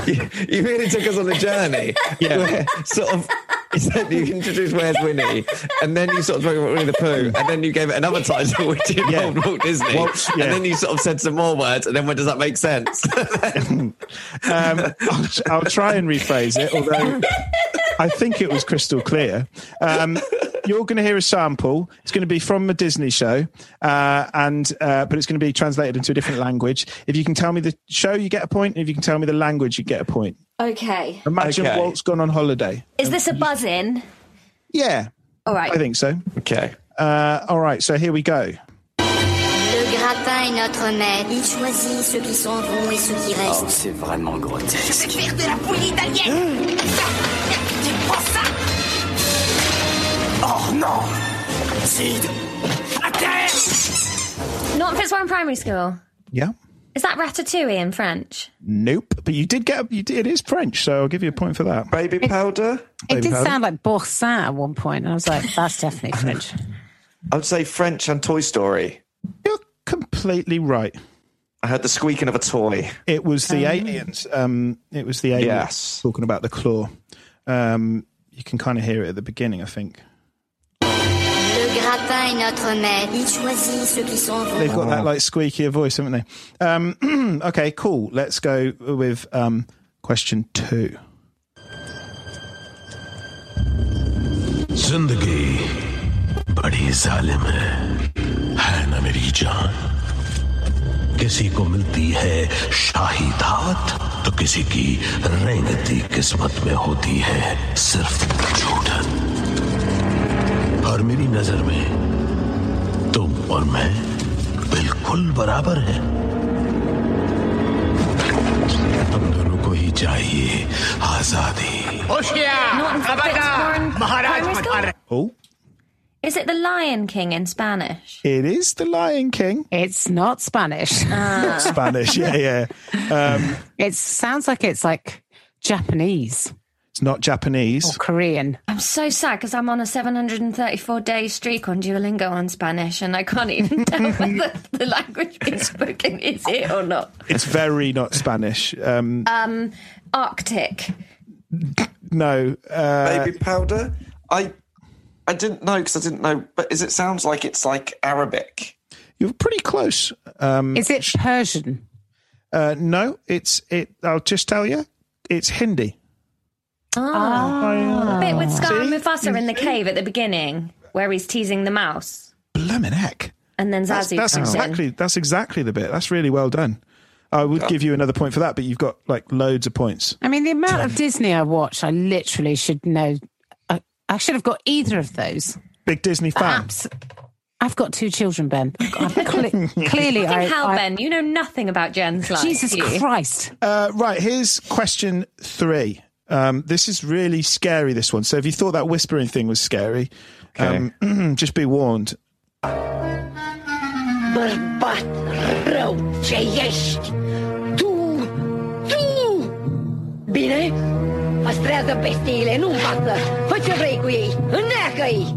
you, you really took us on a journey.
Yeah.
Where sort of. You said you introduced Where's Winnie, and then you sort of spoke about Winnie the Pooh, and then you gave it another title, which involved
Yeah.
Walt Disney,
Walt- yeah.
and then you sort of said some more words, and then when does that make sense?
Um, I'll, I'll try and rephrase it, although I think it was crystal clear. Um, you're going to hear a sample. It's going to be from a Disney show, uh, and uh, but it's going to be translated into a different language. If you can tell me the show, you get a point. And if you can tell me the language, you get a point.
Okay.
Imagine
Okay.
Walt's gone on holiday.
Is this a buzz in?
Yeah,
All right.
I think so.
okay.
Uh, all right, so here we go.
Le grappin est notre maître. Il choisit ceux qui s'en vont et ceux qui restent.
Oh, C'est vraiment grotesque.
C'est faire de la poulie italienne Tu prends ça
Oh non Sid À terre
Not if it's one primary school.
Yeah.
Is that ratatouille in French?
Nope, but you did get you did, it is French, so I'll give you a point for that.
Baby powder?
it did
pardon?
sound like Boursin at one point, and I was like, that's definitely French.
I would say French and Toy Story.
You're completely right.
I heard the squeaking of a toy.
It was the aliens. Um, it was the aliens
Yes.
talking about the claw. Um, you can kind of hear it at the beginning, I think.
Le grappin est notre maître. Il choisit ceux qui s'en vont.
They've got that like squeakier voice, haven't they? Um, okay, cool. Let's go with um, question two.
जिंदगी बड़ी जालिम है है ना मेरी जान किसी को मिलती है शाही दावत तो किसी की रेंगती किस्मत में होती है सिर्फ झूठन और मेरी नजर में तुम और मैं बिल्कुल बराबर हैं हम दोनों को ही चाहिए आजादी
Not in foreign primary school?
Oh,
Is it the Lion King in Spanish?
it is the Lion King.
It's not Spanish.
Uh.
Spanish, yeah, yeah.
it sounds like it's like Japanese
It's not
or
Japanese.
Korean.
I'm so sad because I'm on a 734 day streak on Duolingo on Spanish and I can't even tell whether the language being spoken is it or not.
It's very not Spanish. Um,
Arctic.
no, uh,
Baby powder? I I didn't know because I didn't know, but is it sounds like it's like Arabic.
you're pretty close. Um,
Is it Persian?
uh, no, it's it. I'll just tell you, it's Hindi.
A bit with Scar and
Ah. See?
Mufasa in the cave at the beginning where he's teasing the mouse
Blimmin' heck.
and then
That's,
Zazu
that's
comes
exactly that's exactly the bit. That's really well done. I would give you another point for that, but you've got like loads of points.
I mean, the amount of Disney I watch, I literally should know. I, I should have got either of those.
Big Disney fan.
Abs- I've got two children, Ben. I've cle- clearly,
in.
I,
How,
I-
Ben? You know nothing about Jen's life.
Jesus
do you?
Christ.
Uh, right, here's question three. Um, this is really scary. This one. So if you thought that whispering thing was scary, um, just be warned.
बर्बाद रोचे есть. Tu, tu! Bine? Păstrează bestiile, nu față! Fă ce vrei cu ei, înneacă-i!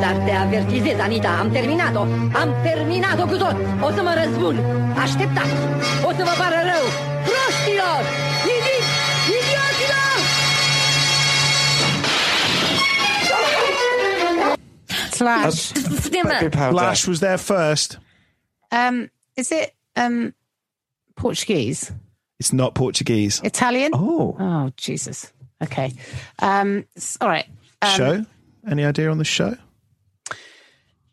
Dar te avertizez, Anita, am terminat-o! Am terminat-o cu tot! O să mă răzbun! Așteptați! O să vă pară rău! Proștilor! Idiți! Idioților!
Slash.
Dimmer.
Powder.
Lash was there first.
Um, is it um, Portuguese?
It's not Portuguese.
Italian?
Oh.
Oh, Jesus. Okay. Um, s- all right. Um,
show? Any idea on the show?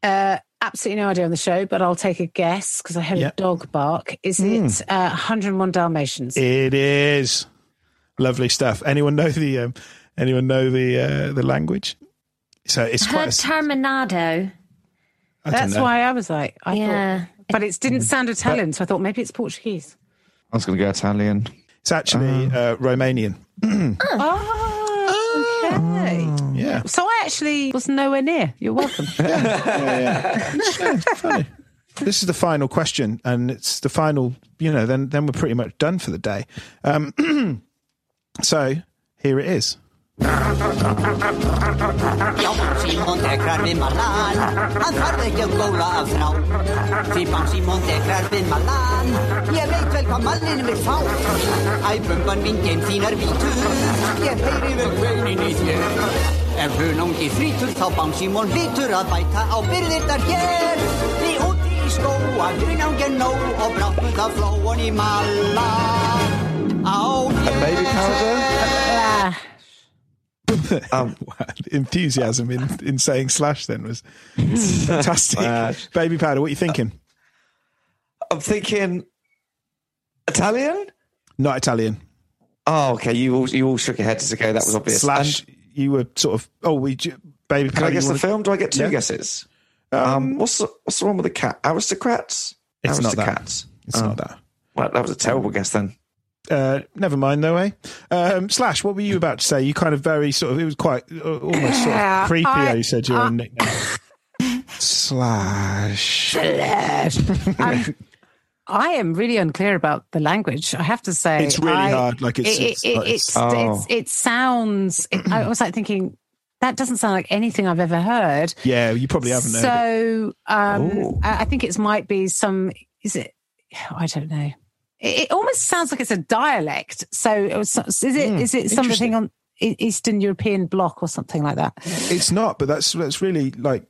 Uh, absolutely no idea on the show, but I'll take a guess because I heard
Yep.
a dog bark. Is it uh, 101 Dalmatians?
Hmm. It is lovely stuff. Anyone know the um, anyone know the uh, the language? So it's
Her
quite. a s-
Terminado.
I don't
That's
know. Hmm.
why I was like, I
Yeah.
thought, but it didn't sound Italian, so I thought maybe it's Portuguese.
I was going to go Italian.
it's actually uh, Romanian.
Oh, okay.
Hmm. Yeah.
So I actually was nowhere near. You're welcome.
This is the final question, and it's the final. You know, then then we're pretty much done for the day. Um, so here it is.
Simon te graag ben malaan, aan harde je cola vrouw. Simon Simon te graag ben malaan, je weet wel van malen met vrouw. Hij pumpen min geen tiener bieter, je heren wil kwenen niet je. Er hun om die frieter zal Bang Simon liter arbeiter op billet daar hier. Die hond is go, aan green aan genau, op rappen de vrouwen in malaan. Au,
Baby powder?
Ah,
Um,
Enthusiasm in, in saying slash then was fantastic. Baby powder, what are you thinking?
I'm thinking Italian.
Not Italian.
Oh, okay. You all you all shook your heads as okay. That was obvious.
slash.
And
you were sort of oh we j- baby
can
powder.
I
you
guess the
wanna-
film? Do I get two
Yeah.
guesses? Um, what's the, what's the one with the cat? Aristocrats.
It's not that.
Aristocats.
It's not that.
Well, that was a terrible guess then.
Uh, never mind though, eh? Um, slash, what were you about to say? You kind of very sort of it was quite uh, almost sort of
Yeah,
creepy.
I-
how you said your own nickname. slash.
I'm- Um, I am really unclear about the language. I have to say,
It's really
I-
hard, like it's-
it,
it's-
it, it,
like it's- Oh.
it's- it's- it sounds. It, I was like thinking that doesn't sound like anything I've ever heard.
Yeah, you probably haven't heard. it. Oh.
So um,
Ooh.
I I think it might be some. Is it? I don't know. It, it almost sounds like it's a dialect. So it was, is it? Is
Hmm,
it something on E- Eastern European bloc or something like that?
It's not, but that's that's really like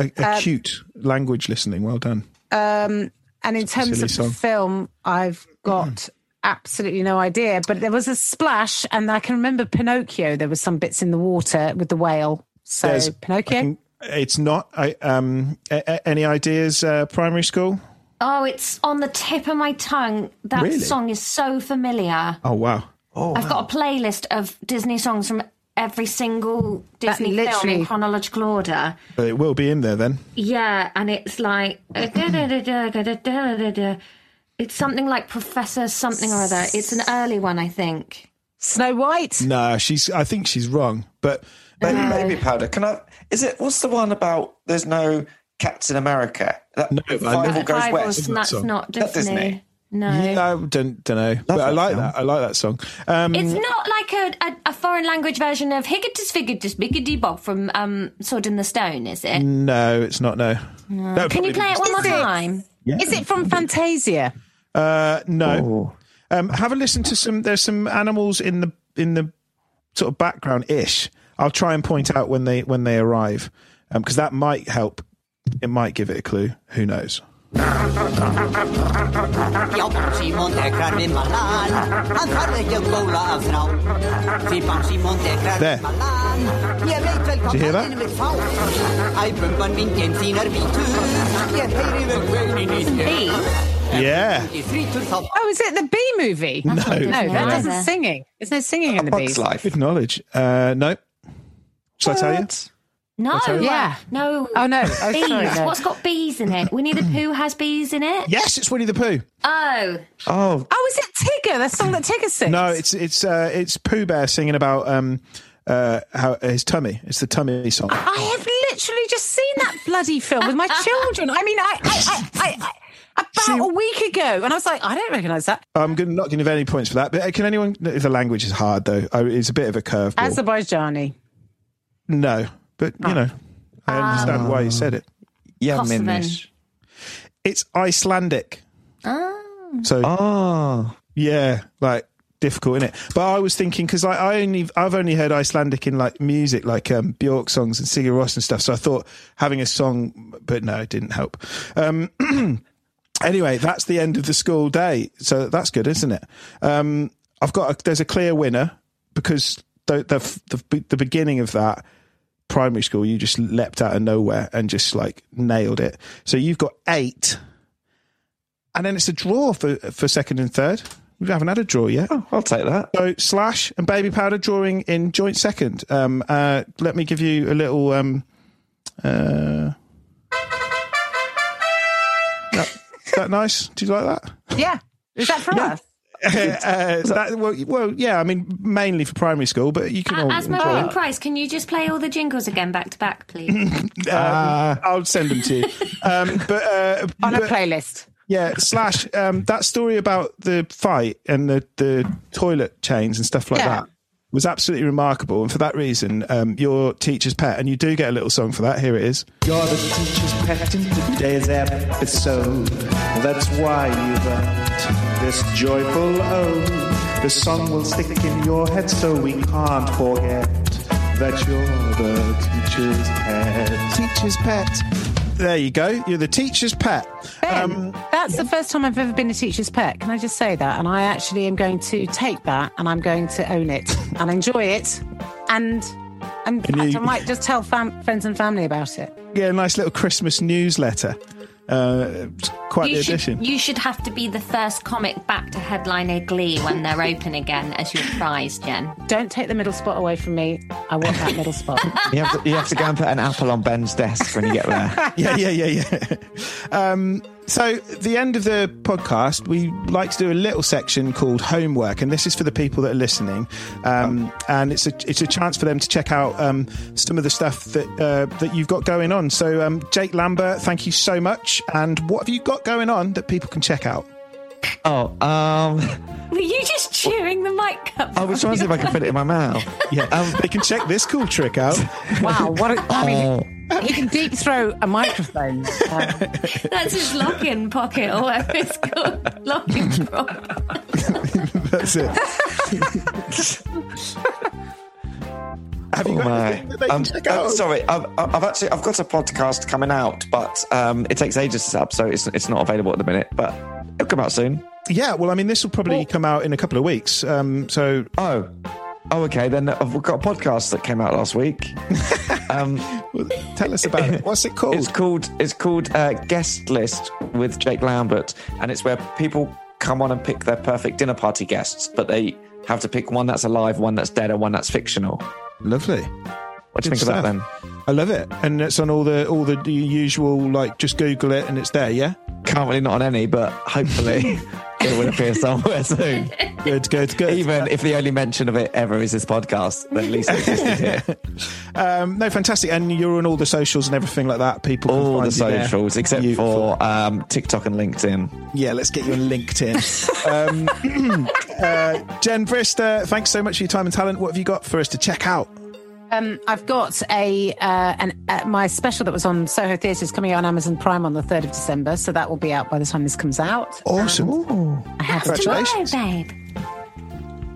a, acute language listening. Well done.
Um, and in terms
silly
of
song. Mm.
the film, I've got absolutely no idea. But there was a splash, and I can remember Pinocchio. There was some bits in the water with the whale. So
There's-
Pinocchio.
I can- It's not. I um. A, a- any ideas? Uh, primary school.
Oh, it's on the tip of my tongue. That
Really?
song is so familiar.
Oh wow.
I've got a playlist of Disney songs from every single Disney film
literally-
in chronological order.
But it will be in there then.
Yeah, and it's like uh, it's something like Professor something or other. It's an early one, I think.
Snow White.
No, she's. I think she's wrong. But
Ba- Baby powder. Can I? Is it? What's the one about? There's no Captain America. That
No, I
five all
never-
goes
Five
west.
or- that's
song.
not Disney.
That Disney.
No.
Yeah, I don't don't know, but I
that
like
film.
that. I like that song. Um,
It's
Mm.
not like a, a, a foreign language version of Higgitus Figgitus Biggity Bob from um, Sword in the Stone, is it?
no, it's not. No. That would
Can you
probably
play it one more
Mm. Is it?
time?
Is it from Fantasia?
be- Uh, no.
Oh.
Um, have a listen to some. There's some animals in the in the sort of background ish. I'll try and point out when they when they arrive, because that might help. It might give it a clue. Who knows?
Ja, Simon tekrar med Malan Han faller ju gola av trav Fippan Simon tekrar
There.
med Malan Jag vet väl
you hear
kaptenen vill få Aj, pumpan min jämtinar vid tur Jag hör väl kvällen i
B.
Yeah.
I fritur sa
Oh, is it the Bee movie? No,
not Disney
that
either.
doesn't singing. There's no singing in the
Bug's
Bees.
life.
Good knowledge. Uh, no. Shall I tell you?
No.
Yeah.
No.
Oh no! Oh, sorry,
Bees.
no.
What's got bees in it? Winnie the Pooh has bees in it.
Yes, it's Winnie the Pooh.
Oh,
Oh,
Oh, is it Tigger? The song that Tigger sings?
No, it's it's uh, it's Pooh Bear singing about um, uh, how, his tummy. It's the tummy song.
I have literally just seen that bloody film with my children. I mean, I, I, I, I, I about
See-
a week ago, and I was like, I don't recognise that.
I'm gonna, not going to give any points for that. But uh, can anyone? The language is hard though. I, it's a bit of a curveball.
Azerbaijani.
no, but you know, I understand why you said it.
Yeah,
Kosovan.
Minish.
It's Icelandic. Oh. So Ah.
Oh,
yeah, like difficult, is it? But I was thinking because I, I only I've only heard Icelandic in like music, like um, Bjork songs and Sigur Rós and stuff. So I thought having a song, but no, it didn't help. Um, anyway, that's the end of the school day, so that's good, isn't it? Um, I've got a, there's a clear winner because the, the the the beginning of that primary school, you just leapt out of nowhere and just like nailed it. So you've got eight. And then it's a draw for, for second and third. We haven't had a draw yet.
I'll take that.
So Slash and Baby Powder drawing in joint second. Um, uh, let me give you a little. Um, uh, that, that nice? Did you like that?
Yeah. Is that for us?
Uh, that well, well, yeah. I mean, mainly for primary school, but you can. all
Asma
enjoy it.
and Price, can you just play all the jingles again back to back, please?
I'll send them to you. um, but uh,
On a
but-
playlist.
Yeah, slash um, that story about the fight and the, the toilet chains and stuff like
Yeah.
that was absolutely remarkable. And for that reason, um, your teacher's pet, and you do get a little song for that. Here it is.
You're the teacher's pet in today's episode. That's why you've earned this joyful ode. The song will stick in your head so we can't forget that you're the teacher's pet.
Teacher's pet. There you go. You're the teacher's pet. Um,
Ben, that's the first time I've ever been a teacher's pet. Can I just say that? And I actually am going to take that and I'm going to own it and enjoy it. And, and in fact,
you-
I might just tell fam- friends and family about it.
Yeah, a nice little Christmas newsletter. Uh, it's quite the
you, should,
addition.
you should have to be the first comic back to headline a Glee when they're open again as your prize, Jen.
Don't take the middle spot away from me. I want that middle spot.
You have, to, you have to go and put an apple on Ben's desk when you get there.
yeah, yeah, yeah, yeah. Um, so, the end of the podcast, we like to do a little section called homework, and this is for the people that are listening. Um, and it's a it's a chance for them to check out um, some of the stuff that uh, that you've got going on. So, um, Jake Lambert, thank you so much. And what have you got going on that people can check out?
Oh, um,
Were you just chewing the mic up?
I was trying to see if I could fit it in my mouth.
Yeah, um, they can check this cool trick out.
Wow, what a, I
Oh.
mean, you can deep throat a microphone. Uh,
That's his lock-in pocket or whatever it's called. Lock-in prop.
That's it. have you
Oh
got
my!
anything that they can
Um,
check
I'm
out?
sorry, I've, I've actually I've got a podcast coming out, but um, it takes ages to set up, so it's it's not available at the minute. But it'll come out soon.
Yeah, well, I mean, this will probably come out in a couple of weeks. Um, so
Oh, oh, okay. Then I've we've got a podcast that came out last week. um,
tell us about it. What's it called?
It's called it's called uh, Guest List with Jake Lambert, and it's where people come on and pick their perfect dinner party guests, but they have to pick one that's alive, one that's dead, and one that's fictional.
Lovely.
What do you
Good
think of that then?
stuff. I love it, and it's on all the all the usual like just Google it and it's there. Yeah,
Currently not on any, but hopefully it will appear somewhere soon.
good, good, good.
Even if the only mention of it ever is this podcast, then at least it existed here.
Um, no, fantastic. And you're on all the socials and everything like that. People, can
All the
find you there.
socials except
You-
for um, TikTok and LinkedIn.
yeah. Let's get you on LinkedIn. um, uh, Jen Brister, thanks so much for your time and talent. What have you got for us to check out?
um, I've got a uh, an uh, my special that was on Soho Theatre is coming out on Amazon Prime on the third of December, so that will be out by the time this comes out.
Awesome.
I have
That's
it.
tomorrow, babe.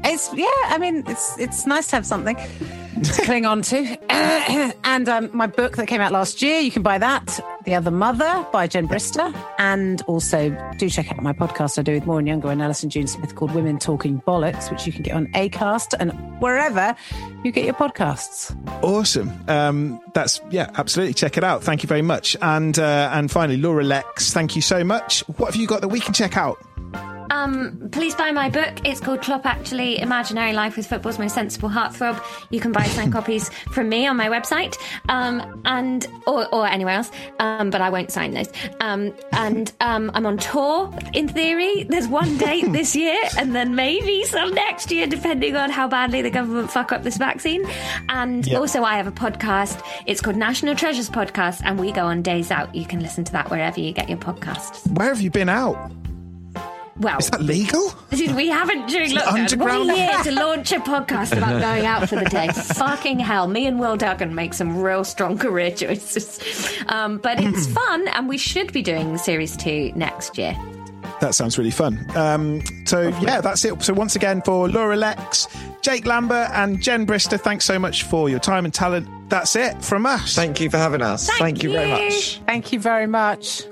It's yeah, I mean, it's it's nice to have something to cling on to. and um, my book that came out last year, you can buy that, The Other Mother by Jen Brister, and also do check out my podcast I do with Maureen Younger and Alison June Smith called Women Talking Bollocks, which you can get on Acast and wherever you get your podcasts.
Awesome. Um, that's yeah, absolutely. Check it out. Thank you very much. And uh, and finally, Laura Lex, thank you so much. What have you got that we can check out?
Um, please buy my book. It's called Klopp Actually Imaginary Life with Football's Most Sensible Heartthrob. You can buy signed copies from me on my website um, and or, or anywhere else, um, but I won't sign those. Um, and um, I'm on tour in theory. There's one date this year and then maybe some next year, depending on how badly the government fuck up this vaccine. And also, I have a podcast. It's called National Treasures Podcast, and we go on days out. You can listen to that wherever you get your podcasts.
Where have you been out?
Well,
Is that legal?
Dude, we haven't during lockdown.
underground?
One year to launch a podcast about going out for the day. Fucking hell, me and Will Duggan make some real strong career choices. Um, but it's fun, and we should be doing series two next year.
That sounds really fun. Um, so, yeah, that's it. So, once again, for Laura Lex, Jake Lambert, and Jen Brister, thanks so much for your time and talent. That's it from us.
Thank you for having us. Thank, you. very much.
Thank you very much.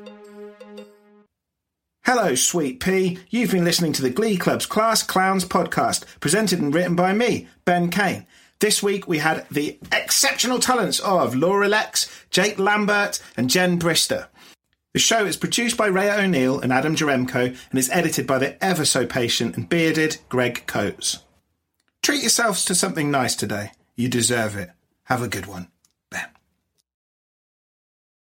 Hello, Sweet Pea. You've been listening to the Glee Club's Class Clowns podcast, presented and written by me, Ben Kane. This week we had the exceptional talents of Laura Lex, Jake Lambert, and Jen Brister. The show is produced by Ray O'Neill and Adam Jaremko and is edited by the ever so patient and bearded Greg Coates. Treat yourselves to something nice today. You deserve it. Have a good one.